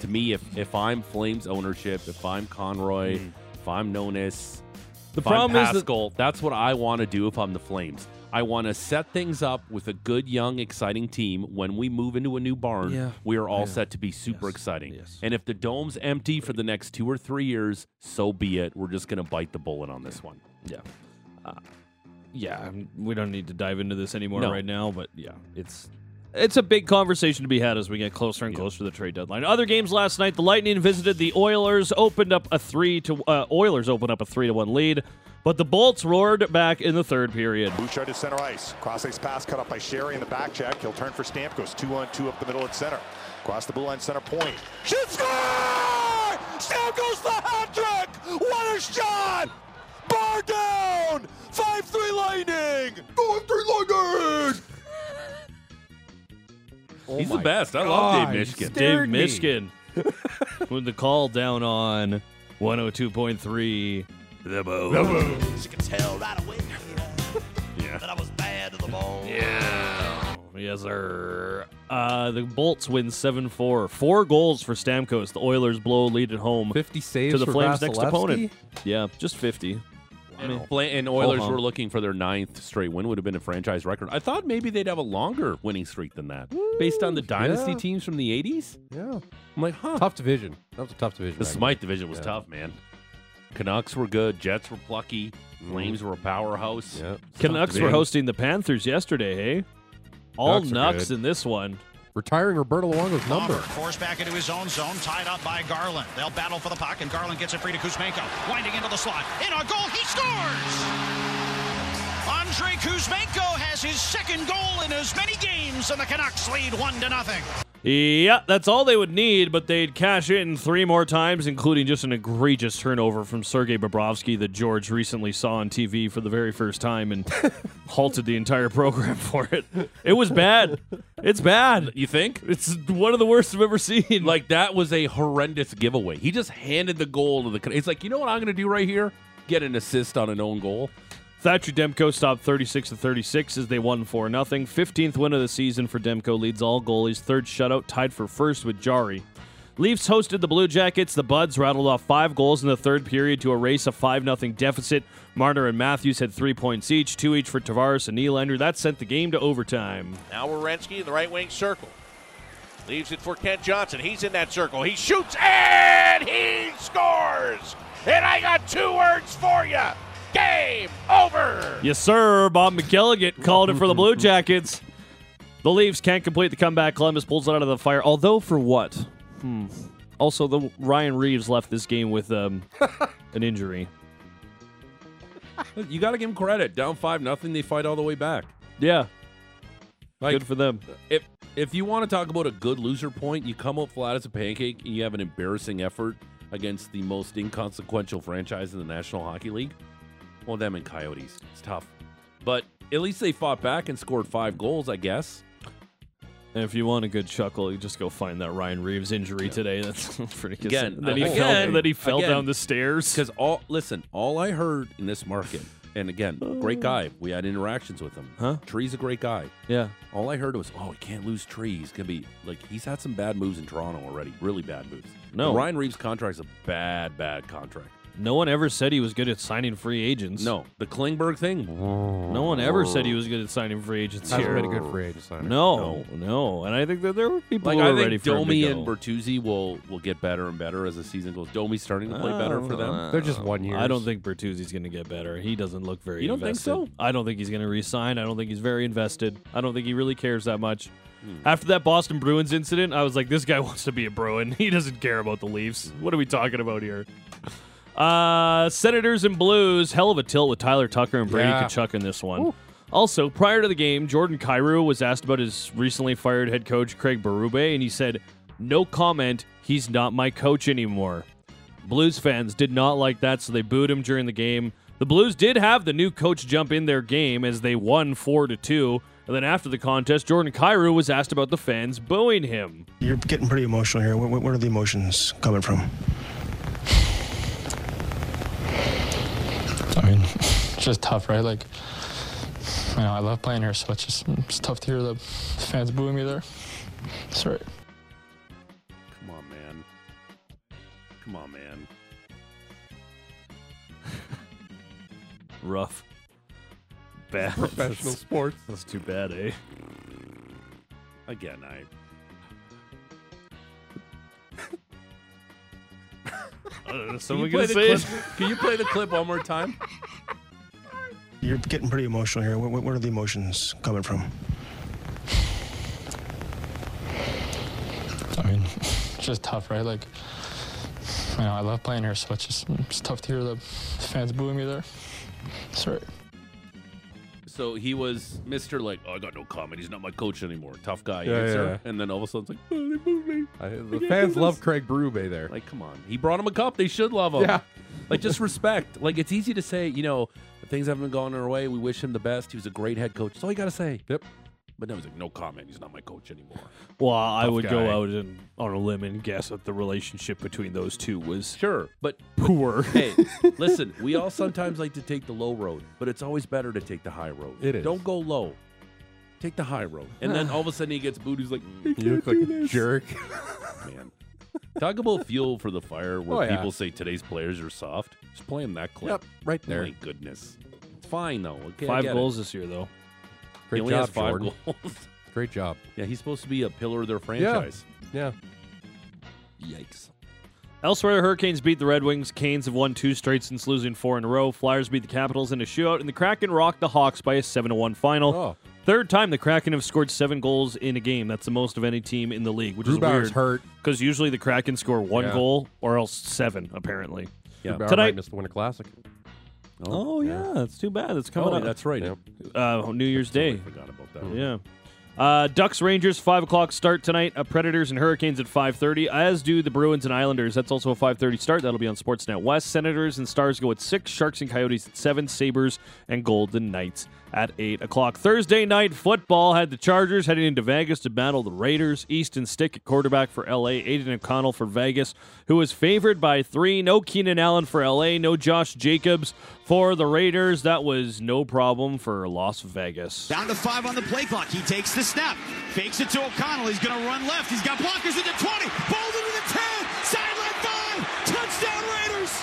Speaker 3: To me, if if I'm Flames ownership, if I'm Conroy, if I'm Nonis,
Speaker 5: Mm. the
Speaker 3: if I'm
Speaker 5: problem is that
Speaker 3: Pascal, that's what I want to do if I'm the Flames. I want to set things up with a good, young, exciting team. When we move into a new barn,
Speaker 5: Yeah.
Speaker 3: we are all set to be super
Speaker 5: Yes.
Speaker 3: exciting.
Speaker 5: Yes.
Speaker 3: And if the dome's empty for the next two or three years, so be it. We're just going to bite the bullet on this one.
Speaker 5: yeah, I'm- we don't need to dive into this anymore
Speaker 3: No.
Speaker 5: right now, but yeah, it's it's a big conversation to be had as we get closer and closer to the trade deadline. Other games last night, the Lightning visited the Oilers, opened up a three to uh, Oilers opened up a three to one lead, but the Bolts roared back in the third period.
Speaker 10: Bouchard to center ice. Crossing's pass cut up by Sherry in the back check. He'll turn for Stamkos. Two on two up the middle at center. Across the blue line, center point. Should score! Stamkos the hat trick! What a shot! Bar down! 5-3 Lightning! 5-3 Lightning!
Speaker 4: Oh
Speaker 3: He's
Speaker 4: my
Speaker 3: the best. I love
Speaker 4: God,
Speaker 3: Dave
Speaker 4: he
Speaker 3: Michigan.
Speaker 5: Dave
Speaker 4: scared me.
Speaker 5: Michigan with the call down on 102.3. The boat.
Speaker 8: She could tell right away that I was bad to the bone.
Speaker 5: Yes, sir. Uh, the Bolts win 7 4. Four goals for Stamkos. The Oilers blow a lead at home.
Speaker 4: 50 saves
Speaker 5: To the
Speaker 4: for
Speaker 5: Flames' next
Speaker 4: Vasilevsky?
Speaker 5: opponent. Yeah, just 50.
Speaker 3: And, Fla- and Oilers
Speaker 5: Ho-hum.
Speaker 3: were looking for their ninth straight win, would have been a franchise record. I thought maybe they'd have a longer winning streak than that, based on the dynasty
Speaker 4: yeah.
Speaker 3: teams from the 80s.
Speaker 4: Yeah.
Speaker 3: I'm like, huh.
Speaker 4: Tough division. That was a tough division.
Speaker 3: The
Speaker 4: back
Speaker 3: Smite division was
Speaker 4: Yeah.
Speaker 3: tough, man. Canucks were good. Jets were plucky.
Speaker 5: Mm-hmm.
Speaker 3: Flames were a powerhouse.
Speaker 4: then. Yeah.
Speaker 5: Canucks were
Speaker 3: division.
Speaker 5: hosting the Panthers yesterday, hey? All
Speaker 4: Canucks are
Speaker 5: Canucks
Speaker 4: good.
Speaker 5: in this one.
Speaker 4: Retiring Roberto Luongo's number.
Speaker 10: Forced back into his own zone, tied up by Garland. They'll battle for the puck, and Garland gets it free to Kuzmenko. Winding into the slot. In on goal, he scores! Andre Kuzmenko has his second goal in as many games, and the Canucks lead one to nothing.
Speaker 5: Yeah, that's all they would need, but they'd cash in three more times, including just an egregious turnover from Sergei Bobrovsky that George recently saw on TV for the very first time and halted the entire program for it. It was bad. It's bad.
Speaker 3: You think?
Speaker 5: It's one of the worst I've ever seen. Like,
Speaker 3: Like that was a horrendous giveaway. He just handed the goal to the. Can- It's like you know what I'm going to do right here? Get an assist on an own goal.
Speaker 5: Thatcher Demko stopped 36 to 36 as they won 4 0. 15th win of the season for Demko leads all goalies, third shutout, tied for first with Jari. Leafs hosted the Blue Jackets. The Buds rattled off five goals in the third period to erase a 5 0 deficit. Marner and Matthews had three points each, two each for Tavares and Nylander. That sent the game to overtime.
Speaker 11: Now Wierenski in the right wing circle. Leaves it for Kent Johnson. He's in that circle. He shoots and he scores. And I got two words for you. Game over.
Speaker 5: Yes, sir. Bob McGilligan called it for the Blue Jackets. The Leafs can't complete the comeback. Columbus pulls it out of the fire. Although for what? Hmm. Also, the Ryan Reeves left this game with um, an injury.
Speaker 3: You got to give them credit. Down five nothing, they fight all the way back.
Speaker 5: Yeah.
Speaker 3: Good
Speaker 5: for them.
Speaker 3: If if you want to talk about a good loser point, you come up flat as a pancake and you have an embarrassing effort against the most inconsequential franchise in the National Hockey League. Well, them and Coyotes. It's tough. But at least they fought back and scored five goals, I guess.
Speaker 5: And if you want a good chuckle, you just go find that Ryan Reeves injury today. That's pretty
Speaker 3: Again,
Speaker 5: That he fell. That he fell down the stairs.
Speaker 3: Because all listen, all I heard in this market, and again, great guy. We had interactions with him. Huh? Tree's a great guy.
Speaker 5: Yeah.
Speaker 3: All I heard was, oh, he can't lose Tree. He's gonna be like he's had some bad moves in Toronto already. Really bad moves.
Speaker 5: No.
Speaker 3: Ryan Reeves' contract's a bad, bad contract.
Speaker 5: No one ever said he was good at signing free agents.
Speaker 3: No, the Klingberg thing.
Speaker 5: No one ever said he was good at signing free agents.
Speaker 4: Hasn't
Speaker 5: here.
Speaker 4: been a good free agent signer.
Speaker 5: No, no, and I think that there were people
Speaker 3: Like
Speaker 5: who
Speaker 3: I
Speaker 5: were
Speaker 3: think
Speaker 5: ready for him
Speaker 3: Domi
Speaker 5: to
Speaker 3: and
Speaker 5: go.
Speaker 3: Bertuzzi will will get better and better as the season goes. Domi's starting to play
Speaker 5: I
Speaker 3: better
Speaker 5: don't
Speaker 3: for
Speaker 5: know.
Speaker 3: them.
Speaker 4: They're just one
Speaker 5: I
Speaker 4: years.
Speaker 5: don't think Bertuzzi's going to get better. He doesn't look very.
Speaker 3: You don't think
Speaker 5: invested.
Speaker 3: so?
Speaker 5: I don't think he's going to resign. I don't think he's very invested. I don't think he really cares that much.
Speaker 3: Hmm.
Speaker 5: After that Boston Bruins incident, I was like, this guy wants to be a Bruin. He doesn't care about the Leafs. What are we talking about here? Uh, Senators and Blues, hell of a tilt with Tyler Tucker and Brady
Speaker 4: Yeah.
Speaker 5: Kachuk in this one. Also, prior to the game, Jordan Cairo was asked about his recently fired head coach Craig Berube, and he said, "No comment. He's not my coach anymore." Blues fans did not like that, so they booed him during the game. The Blues did have the new coach jump in their game as they won four to two. And then after the contest, Jordan Cairo was asked about the fans booing him.
Speaker 12: You're getting pretty emotional here. Where, where are the emotions coming from?
Speaker 13: I mean, it's just tough, right? Like, you know, I love playing here, so it's just it's tough to hear the fans booing me there. It's all right.
Speaker 3: Come on, man. Come on, man.
Speaker 5: Rough. Bad.
Speaker 4: Professional sports.
Speaker 5: That's too bad, eh?
Speaker 3: Again, I
Speaker 5: I don't know.
Speaker 3: Can
Speaker 5: Someone
Speaker 3: you
Speaker 5: gonna
Speaker 3: play the
Speaker 5: say it?
Speaker 3: clip- Can you play the clip one more time?
Speaker 12: You're getting pretty emotional here. Where, where are the emotions coming from?
Speaker 13: I mean, it's just tough, right? Like, you know, I love playing here, so it's just it's tough to hear the fans booing me there. It's all right.
Speaker 3: So he was Mr. Like, oh, I got no comment. He's not my coach anymore. Tough guy
Speaker 4: Yeah,
Speaker 3: answer. And then all of a sudden, it's like, oh, they moved me.
Speaker 4: I- the
Speaker 3: can't do
Speaker 4: fans love
Speaker 3: this.
Speaker 4: Craig Berube there.
Speaker 3: Like, come on. He brought him a cup. They should love him.
Speaker 4: Yeah.
Speaker 3: like, just respect. Like, it's easy to say, you know, things haven't gone our way. We wish him the best. He was a great head coach. That's all you got to say.
Speaker 4: Yep.
Speaker 3: But now he's like, no comment. He's not my coach anymore.
Speaker 5: Well, I would
Speaker 3: guy.
Speaker 5: go out and on a limb and guess that the relationship between those two was
Speaker 3: sure, but
Speaker 5: poor.
Speaker 3: Hey, listen, we all sometimes like to take the low road, but it's always better to take the high road.
Speaker 4: It is.
Speaker 3: Don't go low. Take the high road. And then all of a sudden he gets booed. He's like, "I
Speaker 4: You look
Speaker 3: can't
Speaker 4: like
Speaker 3: do
Speaker 4: a
Speaker 3: this."
Speaker 4: jerk.
Speaker 3: man. Talk about fuel for the fire where
Speaker 4: Oh, yeah.
Speaker 3: people say today's players are soft. Just play him that clip.
Speaker 4: Yep, right there.
Speaker 3: My goodness. It's fine, though. Okay, I
Speaker 5: Five
Speaker 3: get it.
Speaker 5: goals this year, though.
Speaker 3: He
Speaker 4: Great
Speaker 3: only has
Speaker 4: job,
Speaker 3: five
Speaker 4: Jordan.
Speaker 3: goals.
Speaker 4: Great job.
Speaker 3: yeah, he's supposed to be a pillar of their franchise.
Speaker 4: Yeah.
Speaker 3: Yikes.
Speaker 5: Elsewhere, the Hurricanes beat the Red Wings. Canes have won two straight since losing four in a row. Flyers beat the Capitals in a shootout, and the Kraken rocked the Hawks by a 7 1 final.
Speaker 4: Oh.
Speaker 5: Third time the Kraken have scored seven goals in a game. That's the most of any team in the league, which is
Speaker 4: Grubauer's
Speaker 5: weird.
Speaker 4: hurt.
Speaker 5: Because usually the Kraken score one
Speaker 4: Yeah.
Speaker 5: goal or else seven, apparently.
Speaker 3: Yeah.
Speaker 4: Grubauer
Speaker 5: Tonight-
Speaker 4: might miss the Winter Classic.
Speaker 5: Oh, yeah. It's too bad. It's coming
Speaker 3: Oh,
Speaker 5: up.
Speaker 3: that's right.
Speaker 4: Yep.
Speaker 5: uh, New Year's Day.
Speaker 3: I forgot about that.
Speaker 5: Yeah. Uh, Ducks Rangers five o'clock start tonight. Uh, Predators and Hurricanes at five thirty. As do the Bruins and Islanders. That's also a five thirty start. That'll be on Sportsnet West. Senators and Stars go at six. Sharks and Coyotes at seven. Sabers and Golden Knights
Speaker 6: at 8 o'clock. Thursday night football had the Chargers heading into Vegas to battle the Raiders. Easton Stick at quarterback for LA, Aiden O'Connell for Vegas, who is favored by three. No Keenan Allen for LA, no Josh Jacobs for the Raiders. That was no problem for Las Vegas.
Speaker 14: Down to five on the play clock. He takes the snap, fakes it to O'Connell. He's going to run left. He's got blockers at the 20. Ball into the 10. Sideline five. Touchdown Raiders.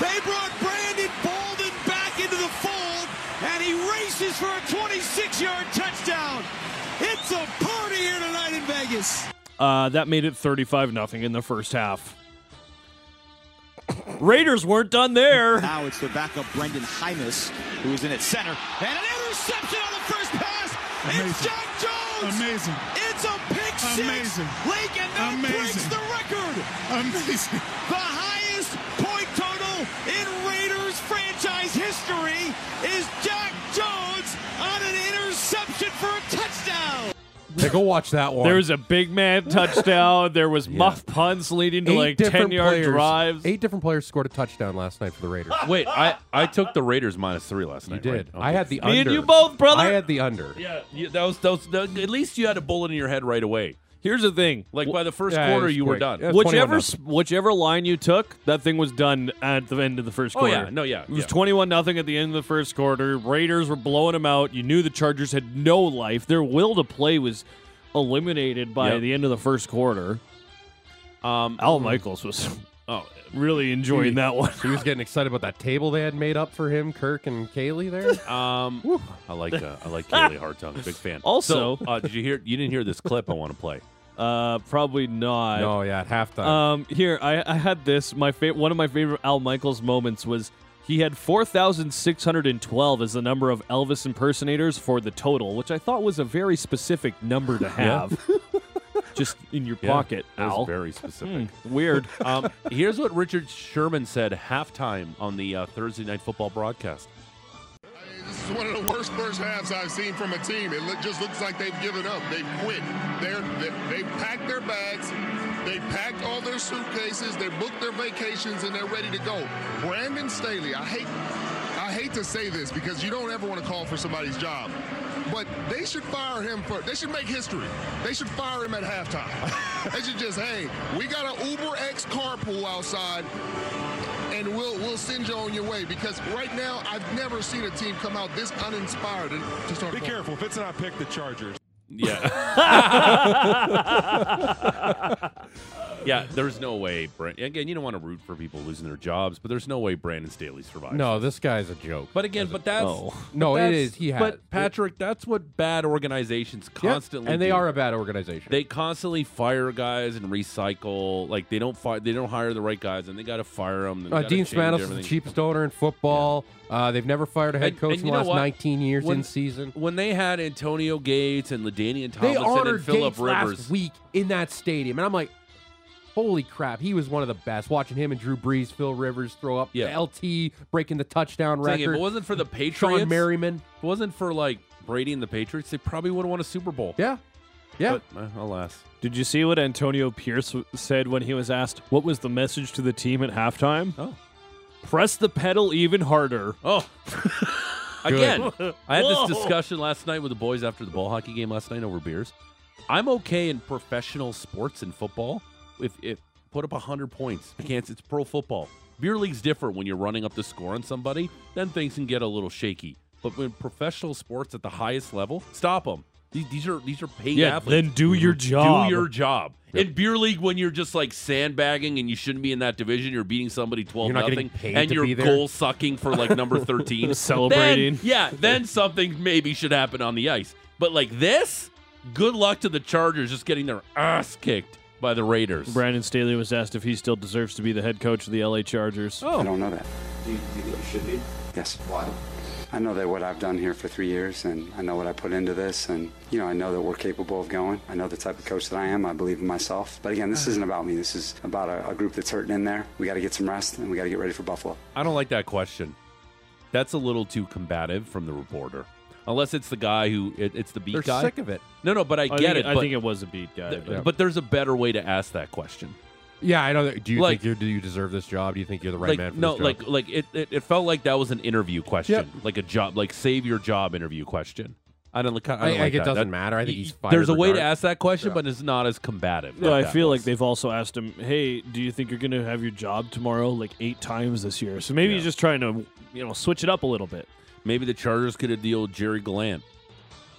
Speaker 14: They brought Brandon Bolden back into the fold, and he races for a 26 yard touchdown. It's a party here tonight in Vegas.
Speaker 6: Uh, that made it 35 nothing in the first half. Raiders weren't done there.
Speaker 14: Now it's the backup Brendan Hymus, who is in at center. And an interception on the first pass. It's Jack Jones. Amazing. It's a pick six.
Speaker 8: Amazing.
Speaker 14: Lake and that breaks
Speaker 8: Amazing.
Speaker 14: the record. Amazing. The highest point total in Raiders franchise history is Jack Jones on an interception for a touchdown.
Speaker 4: Hey, go watch that one.
Speaker 6: There was a big man touchdown. There was muff punts leading to
Speaker 4: Eight
Speaker 6: like
Speaker 4: different
Speaker 6: ten yard
Speaker 4: players-
Speaker 6: drives.
Speaker 4: Eight different players scored a touchdown last night for the Raiders.
Speaker 3: Wait, I, I took the Raiders minus three last night.
Speaker 4: did.
Speaker 3: Ah! right?
Speaker 4: I had the
Speaker 3: Me
Speaker 4: under.
Speaker 3: and you both, brother.
Speaker 4: I had the under.
Speaker 3: Yeah, you, that was, that was that, at least you had a bullet in your head right away.
Speaker 6: Here's the thing:
Speaker 3: like by the first
Speaker 6: Yeah, it
Speaker 3: quarter,
Speaker 6: was
Speaker 3: you were
Speaker 6: quick.
Speaker 3: done.
Speaker 6: Whichever s- whichever line you took, that thing was done at the end of the first
Speaker 3: Oh,
Speaker 6: quarter.
Speaker 3: yeah. No, yeah,
Speaker 6: It was
Speaker 3: yeah.
Speaker 6: twenty one nothing at the end of the first quarter. Raiders were blowing them out. You knew the Chargers had no life. Their will to play was eliminated by
Speaker 3: Yep.
Speaker 6: the end of the first quarter.
Speaker 3: Um,
Speaker 6: Al Michaels was
Speaker 3: oh
Speaker 6: really enjoying that one.
Speaker 4: he was getting excited about that table they had made up for him, Kirk and Kaylee there.
Speaker 3: Um, I like uh, I like Kaylee Hartung, big fan.
Speaker 6: Also-
Speaker 3: So, uh, did you hear? You didn't hear this clip I want to play.
Speaker 6: Uh, probably not.
Speaker 4: No, yeah, at halftime.
Speaker 3: Uh,
Speaker 6: Um, here I, I had this. My fa- one of my favorite Al Michaels moments was he had four thousand six hundred and twelve as the number of Elvis impersonators for the total, which I thought was a very specific number to
Speaker 3: Yeah.
Speaker 6: have, just in your
Speaker 3: Yeah,
Speaker 6: pocket.
Speaker 3: that was
Speaker 6: Al,
Speaker 3: very specific.
Speaker 6: Hmm, weird.
Speaker 3: Um, here's what Richard Sherman said halftime on the uh, Thursday night football broadcast.
Speaker 15: This is one of the worst first halves I've seen from a team. It look, just looks like they've given up. They've quit. They're, they they packed their bags. They packed all their suitcases. They booked their vacations, and they're ready to go. Brandon Staley, I hate, I hate to say this because you don't ever want to call for somebody's job, but they should fire him for. They should make history. They should fire him at halftime. they should just, hey, we got an Uber X carpool outside and we'll we'll send you on your way because right now I've never seen a team come out this uninspired and to start. Be careful if it's not pick the Chargers.
Speaker 3: Yeah, there's no way. Brand- Again, you don't want to root for people losing their jobs, but there's no way Brandon Staley survives.
Speaker 4: no, this guy's a joke.
Speaker 3: But again, but that's
Speaker 4: No.
Speaker 3: but
Speaker 4: No, it
Speaker 3: that's-
Speaker 4: is. He had-
Speaker 3: But Patrick, that's what bad organizations constantly
Speaker 4: and they
Speaker 3: do.
Speaker 4: are a bad organization.
Speaker 3: They constantly fire guys and recycle. Like they don't fire, they don't hire the right guys, and they got to fire them.
Speaker 4: Uh, Dean Spanos is the cheapest owner in football. Uh, they've never fired a head coach in the last 19 years in season.
Speaker 3: When they had Antonio Gates and Ladainian
Speaker 4: They
Speaker 3: Tomlinson and
Speaker 4: honored
Speaker 3: Philip
Speaker 4: Gates
Speaker 3: Rivers,
Speaker 4: last week in that stadium, and I'm like, holy crap, he was one of the best. Watching him and Drew Brees, Phil Rivers throw up,
Speaker 3: Yeah.
Speaker 4: LT breaking the touchdown
Speaker 3: Saying if
Speaker 4: record.
Speaker 3: it wasn't for the Patriots,
Speaker 4: Merriman,
Speaker 3: if it wasn't for like Brady and the Patriots, they probably would have won a Super Bowl.
Speaker 4: Yeah, yeah.
Speaker 3: But, uh, alas,
Speaker 6: Did you see what Antonio Pierce w- said when he was asked what was the message to the team at halftime?
Speaker 3: Oh,
Speaker 6: press the pedal even harder.
Speaker 3: Oh, Again, I had
Speaker 6: Whoa.
Speaker 3: this discussion last night with the boys after the ball hockey game last night over beers. I'm okay in professional sports and football. If if put up hundred points, I can't. It's pro football. Beer league's different when you're running up the score on somebody. Then things can get a little shaky. But when professional sports at the highest level, stop them. These, these are these are paid
Speaker 6: Yeah,
Speaker 3: athletes.
Speaker 6: then do your job.
Speaker 3: Do your job. In beer league, when you're just like sandbagging and you shouldn't be in that division, you're beating somebody twelve
Speaker 4: not getting
Speaker 3: nothing,
Speaker 4: paid
Speaker 3: and
Speaker 4: to
Speaker 3: you're
Speaker 4: be there.
Speaker 3: goal sucking for like number thirteen,
Speaker 6: Celebrating.
Speaker 3: Then- yeah, then something maybe should happen on the ice. But like this, good luck to the Chargers just getting their ass kicked by the Raiders.
Speaker 6: Brandon Staley was asked if he still deserves to be the head coach of the LA Chargers.
Speaker 5: Oh.
Speaker 16: I don't know that. Do you, think you should be? Yes. Why? I know that what I've done here for three years, and I know what I put into this, and you know I know that we're capable of going. I know the type of coach that I am. I believe in myself. But again, this isn't about me. This is about a, a group that's hurting in there. We got to get some rest, and we got to get ready for Buffalo.
Speaker 3: I don't like that question. That's a little too combative from the reporter. Unless it's the guy who it, it's the beat
Speaker 4: They're
Speaker 3: guy.
Speaker 4: sick of it.
Speaker 3: No, no, but I,
Speaker 6: I
Speaker 3: get
Speaker 6: think
Speaker 3: it.
Speaker 6: it- I
Speaker 3: but
Speaker 6: think it was a beat guy,
Speaker 3: th-
Speaker 6: but-
Speaker 3: but there's a better way to ask that question.
Speaker 4: Yeah, I know. That, do you
Speaker 3: Like-
Speaker 4: think you do you deserve this job? Do you think you're the right
Speaker 3: like
Speaker 4: man for
Speaker 3: no,
Speaker 4: this job?
Speaker 3: like like it, it, it felt like that was an interview question, like a job, like save your job interview question. I don't, like- I don't
Speaker 4: I-
Speaker 3: like
Speaker 4: like it
Speaker 3: that.
Speaker 4: doesn't
Speaker 3: That-
Speaker 4: matter. I think
Speaker 3: y-
Speaker 4: he's
Speaker 3: y- There's
Speaker 4: fired
Speaker 3: a way to
Speaker 4: regardless.
Speaker 3: ask that question,
Speaker 4: Yeah.
Speaker 3: but it's not as combative.
Speaker 5: No,
Speaker 3: like
Speaker 5: I
Speaker 3: that
Speaker 5: feel
Speaker 3: was.
Speaker 5: like they've also asked him, "Hey, do you think you're going to have your job tomorrow?" Like eight times this year. So maybe he's just trying to, you know, switch it up a little bit.
Speaker 3: Maybe the Chargers could have deal with Jerry Glant.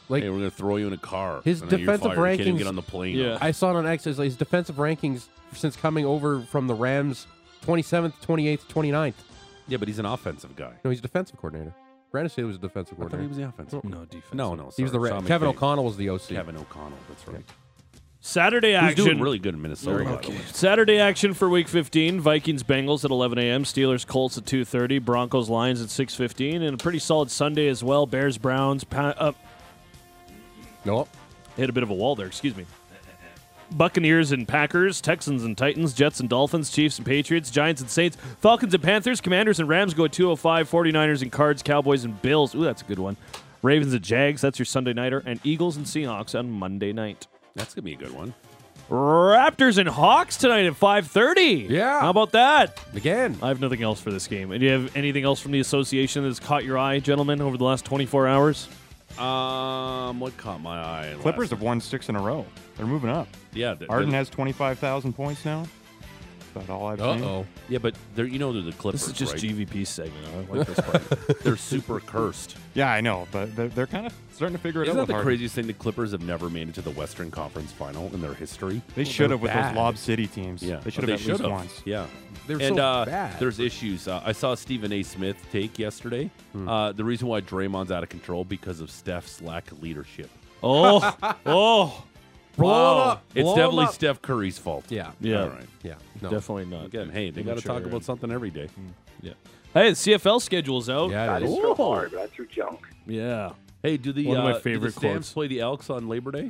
Speaker 4: Like
Speaker 3: hey, we're gonna throw you in a car.
Speaker 4: his
Speaker 3: and then you're
Speaker 4: defensive
Speaker 3: fired. You can't
Speaker 4: rankings.
Speaker 3: even get on the plane.
Speaker 4: I saw it on X. it's like His defensive rankings since coming over from the Rams, 27th, 28th, 29th.
Speaker 3: Yeah, but he's an offensive guy.
Speaker 4: No, he's a defensive coordinator. Brandon Staley was a defensive
Speaker 3: I thought
Speaker 4: coordinator.
Speaker 3: he was the offensive.
Speaker 4: Mm-mm.
Speaker 3: No, no.
Speaker 4: He was the
Speaker 3: sorry.
Speaker 4: Ra-
Speaker 3: Sean
Speaker 4: Kevin
Speaker 3: McVay.
Speaker 4: O'Connell was the OC.
Speaker 3: Kevin O'Connell. That's right.
Speaker 5: Saturday
Speaker 3: Who's
Speaker 5: action.
Speaker 3: doing really good in Minnesota. by the way.
Speaker 5: Saturday action for Week 15: Vikings Bengals at 11 a.m., Steelers Colts at 2:30, Broncos Lions at 6:15, and a pretty solid Sunday as well. Bears Browns. Pa- uh,
Speaker 4: nope.
Speaker 5: Hit a bit of a wall there. Excuse me. Buccaneers and Packers, Texans and Titans, Jets and Dolphins, Chiefs and Patriots, Giants and Saints, Falcons and Panthers, Commanders and Rams go at 205, 49ers and Cards, Cowboys and Bills. Ooh, that's a good one. Ravens and Jags, that's your Sunday nighter, and Eagles and Seahawks on Monday night.
Speaker 3: That's going to be a good one.
Speaker 5: Raptors and Hawks tonight at 5:30. Yeah. How about that?
Speaker 4: Again.
Speaker 5: I have nothing else for this game. And do you have anything else from the association that's caught your eye, gentlemen, over the last 24 hours?
Speaker 3: Um, what caught my eye? last
Speaker 7: Clippers have won six in a row. They're moving up.
Speaker 3: Yeah, th-
Speaker 7: Arden
Speaker 3: they're-
Speaker 7: has twenty five thousand points now. About all I've seen.
Speaker 3: Yeah, but they're you know they're the Clippers.
Speaker 7: is just
Speaker 3: right?
Speaker 5: GVP segment. I like this part.
Speaker 3: they're super cursed.
Speaker 7: Yeah, I know, Oh, but they're, they're kind of starting to figure it out.
Speaker 3: Isn't that
Speaker 7: with
Speaker 3: the
Speaker 7: Harden.
Speaker 3: craziest thing? The Clippers have never made it to the Western Conference Final in their history.
Speaker 7: They
Speaker 3: Well,
Speaker 7: should
Speaker 3: they're
Speaker 7: have with
Speaker 3: bad.
Speaker 7: those Lob City teams.
Speaker 3: Yeah,
Speaker 7: they should have
Speaker 3: they
Speaker 7: at least
Speaker 3: should've.
Speaker 7: once.
Speaker 3: Yeah,
Speaker 4: They were
Speaker 3: and
Speaker 4: so
Speaker 3: uh,
Speaker 4: bad.
Speaker 3: there's issues. Uh, I saw Stephen A. Smith take yesterday. Uh, the reason why Draymond's out of control because of Steph's lack of leadership.
Speaker 5: Oh, oh,
Speaker 4: Blow 'em
Speaker 3: Wow.
Speaker 4: up.
Speaker 3: It's
Speaker 4: Blow 'em
Speaker 3: definitely
Speaker 4: up.
Speaker 3: Steph Curry's fault.
Speaker 4: Yeah.
Speaker 5: Yeah.
Speaker 3: All right.
Speaker 4: Yeah.
Speaker 5: Definitely not.
Speaker 3: Again, hey, they got to talk
Speaker 5: Immature.
Speaker 3: about something every day.
Speaker 5: Yeah. Hey, the CFL schedule's out.
Speaker 3: Yeah, it I is. didn't throw hard,
Speaker 5: but I threw junk. Yeah.
Speaker 3: Hey, do the
Speaker 5: One of
Speaker 3: uh,
Speaker 5: my
Speaker 3: do the
Speaker 5: favorite
Speaker 3: Stamps
Speaker 5: quotes.
Speaker 3: play the Elks on Labor Day?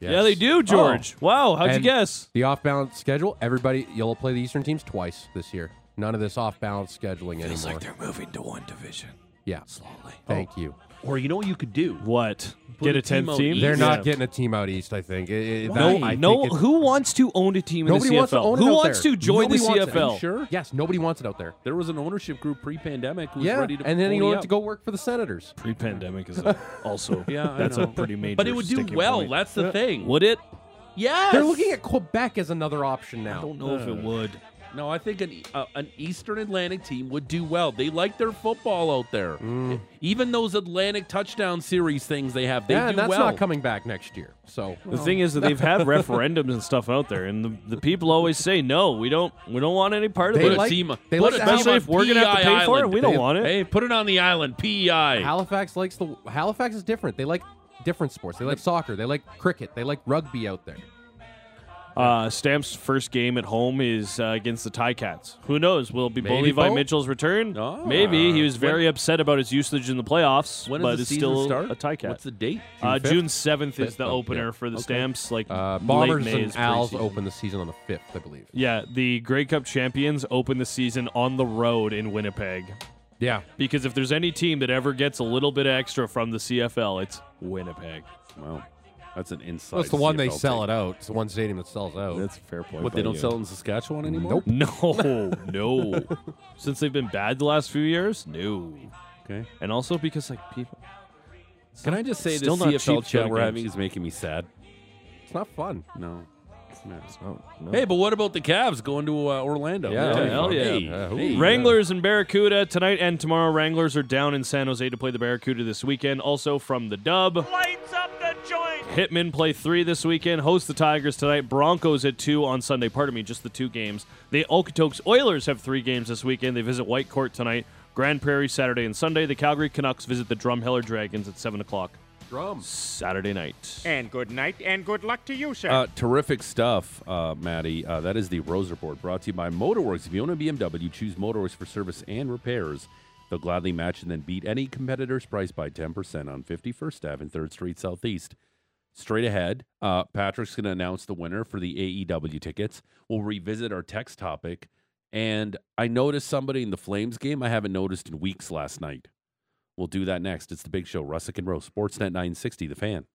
Speaker 5: Yeah, they do, George. Wow, how'd you
Speaker 4: And
Speaker 5: guess?
Speaker 4: The off balance schedule. Everybody, you'll play the Eastern teams twice this year. None of this off balance scheduling
Speaker 5: Feels
Speaker 4: anymore.
Speaker 5: like they're moving to one division.
Speaker 4: yeah.
Speaker 5: Slowly.
Speaker 4: Thank you.
Speaker 3: Or you know what you could do?
Speaker 5: What?
Speaker 4: Put
Speaker 5: Get a 10th
Speaker 4: out
Speaker 5: team?
Speaker 4: east. They're
Speaker 5: Yeah.
Speaker 4: not getting a team out east. I think. It- it-
Speaker 5: No,
Speaker 4: that- I
Speaker 5: no.
Speaker 4: think it-
Speaker 5: Who wants to own a team in
Speaker 4: nobody
Speaker 5: the CFL?
Speaker 4: wants to own it
Speaker 5: who
Speaker 4: out
Speaker 5: wants
Speaker 4: there.
Speaker 5: to join
Speaker 4: Nobody
Speaker 5: the
Speaker 4: wants it.
Speaker 5: CFL?
Speaker 4: Are you sure? Yes. Nobody wants it out there.
Speaker 3: There was an ownership group pre-pandemic who was
Speaker 4: Yeah.
Speaker 3: ready to
Speaker 4: and then he
Speaker 3: pony
Speaker 4: went
Speaker 3: up.
Speaker 4: to go work for the Senators.
Speaker 5: Pre-pandemic is a, also
Speaker 3: Yeah, I
Speaker 5: that's a
Speaker 3: know.
Speaker 5: pretty major.
Speaker 3: But it would do
Speaker 5: sticking
Speaker 3: well,
Speaker 5: point.
Speaker 3: that's the thing.
Speaker 5: Would it?
Speaker 3: Yes.
Speaker 4: They're looking at Quebec as another option now. I don't
Speaker 5: know if it would.
Speaker 3: No, I think an uh, an Eastern Atlantic team would do well. They like their football out there.
Speaker 5: Mm.
Speaker 3: Even those Atlantic touchdown series things they have, they
Speaker 4: yeah,
Speaker 3: do
Speaker 4: and that's
Speaker 3: well.
Speaker 4: not coming back next year. So
Speaker 5: The thing is that they've had referendums and stuff out there, and the, the people always say no, we don't, we don't want any part
Speaker 3: Put
Speaker 5: of it.
Speaker 3: a team.
Speaker 5: They
Speaker 3: put
Speaker 5: like
Speaker 3: a
Speaker 5: to have-
Speaker 3: team on
Speaker 5: if we're gonna have to
Speaker 3: PEI
Speaker 5: pay for it,
Speaker 3: island.
Speaker 5: we don't want it.
Speaker 3: Hey, put it on the island, E PEI.
Speaker 4: Halifax likes the Halifax is different. They like different sports. They like soccer. They like cricket. They like rugby out there.
Speaker 5: Uh, Stamps' first game at home is uh, against the Tie Cats. Who knows? Will it be Bo
Speaker 6: Maybe
Speaker 5: Levi
Speaker 6: Bo?
Speaker 5: Mitchell's return? Maybe he was very upset about his usage in the playoffs.
Speaker 3: Ah. When does
Speaker 5: but
Speaker 3: the
Speaker 5: it's
Speaker 3: season
Speaker 5: still
Speaker 3: start?
Speaker 5: a Tie Cat.
Speaker 3: What's the date?
Speaker 5: Uh,
Speaker 3: June
Speaker 5: June
Speaker 3: 5th?
Speaker 5: seventh is the
Speaker 3: Oh, yeah.
Speaker 5: opener for the
Speaker 3: Okay.
Speaker 5: Stamps. Like
Speaker 4: Uh,
Speaker 5: late
Speaker 4: Bombers
Speaker 5: May
Speaker 4: and
Speaker 5: is
Speaker 4: Owls
Speaker 5: preseason.
Speaker 4: open the season on the fifth, I believe.
Speaker 5: Yeah, the Grey Cup champions open the season on the road in Winnipeg.
Speaker 4: Yeah.
Speaker 5: Because if there's any team that ever gets a little bit extra from the CFL, it's Winnipeg.
Speaker 3: Wow, that's an inside.
Speaker 4: Well, it's the one they sell it out. It's the one stadium that sells out.
Speaker 5: That's a fair point.
Speaker 3: What they don't sell in Saskatchewan anymore?
Speaker 4: Nope.
Speaker 5: No, no. Since they've been bad the last few years, no.
Speaker 3: Okay.
Speaker 5: And also because like people. it's
Speaker 3: Can
Speaker 5: not-
Speaker 3: I just
Speaker 5: it's
Speaker 3: say this
Speaker 5: still not cheap
Speaker 3: CFL
Speaker 5: to
Speaker 3: chat
Speaker 5: go to
Speaker 3: we're
Speaker 5: games.
Speaker 3: having is making me sad?
Speaker 4: It's not fun.
Speaker 3: No.
Speaker 5: no.
Speaker 3: Hey, but what about the Cavs going to uh, Orlando?
Speaker 5: Yeah,
Speaker 3: That'd be
Speaker 5: hell
Speaker 3: fun.
Speaker 5: yeah.
Speaker 3: Hey, hey.
Speaker 5: Wranglers and Barracuda tonight and tomorrow. Wranglers are down in San Jose to play the Barracuda this weekend. Also from the dub.
Speaker 17: Lights up the joint.
Speaker 5: Hitmen play three this weekend, host the Tigers tonight, Broncos at two on Sunday. Pardon me, just the two games. The Okotoks Oilers have three games this weekend. They visit White Court tonight, Grand Prairie Saturday and Sunday. The Calgary Canucks visit the Drumheller Dragons at 7 o'clock
Speaker 4: Drum.
Speaker 5: Saturday night.
Speaker 17: And good night and good luck to you, sir.
Speaker 3: Uh, terrific stuff, uh, Maddie. Uh, that is the Rose Report brought to you by Motorworks. If you own a BMW, choose Motorworks for service and repairs. They'll gladly match and then beat any competitor's price by 10% on 51st Ave and 3rd Street Southeast. Straight ahead, uh, Patrick's going to announce the winner for the AEW tickets. We'll revisit our text topic. And I noticed somebody in the Flames game I haven't noticed in weeks last night. We'll do that next. It's the big show, Russick and Rose, Sportsnet 960, The Fan.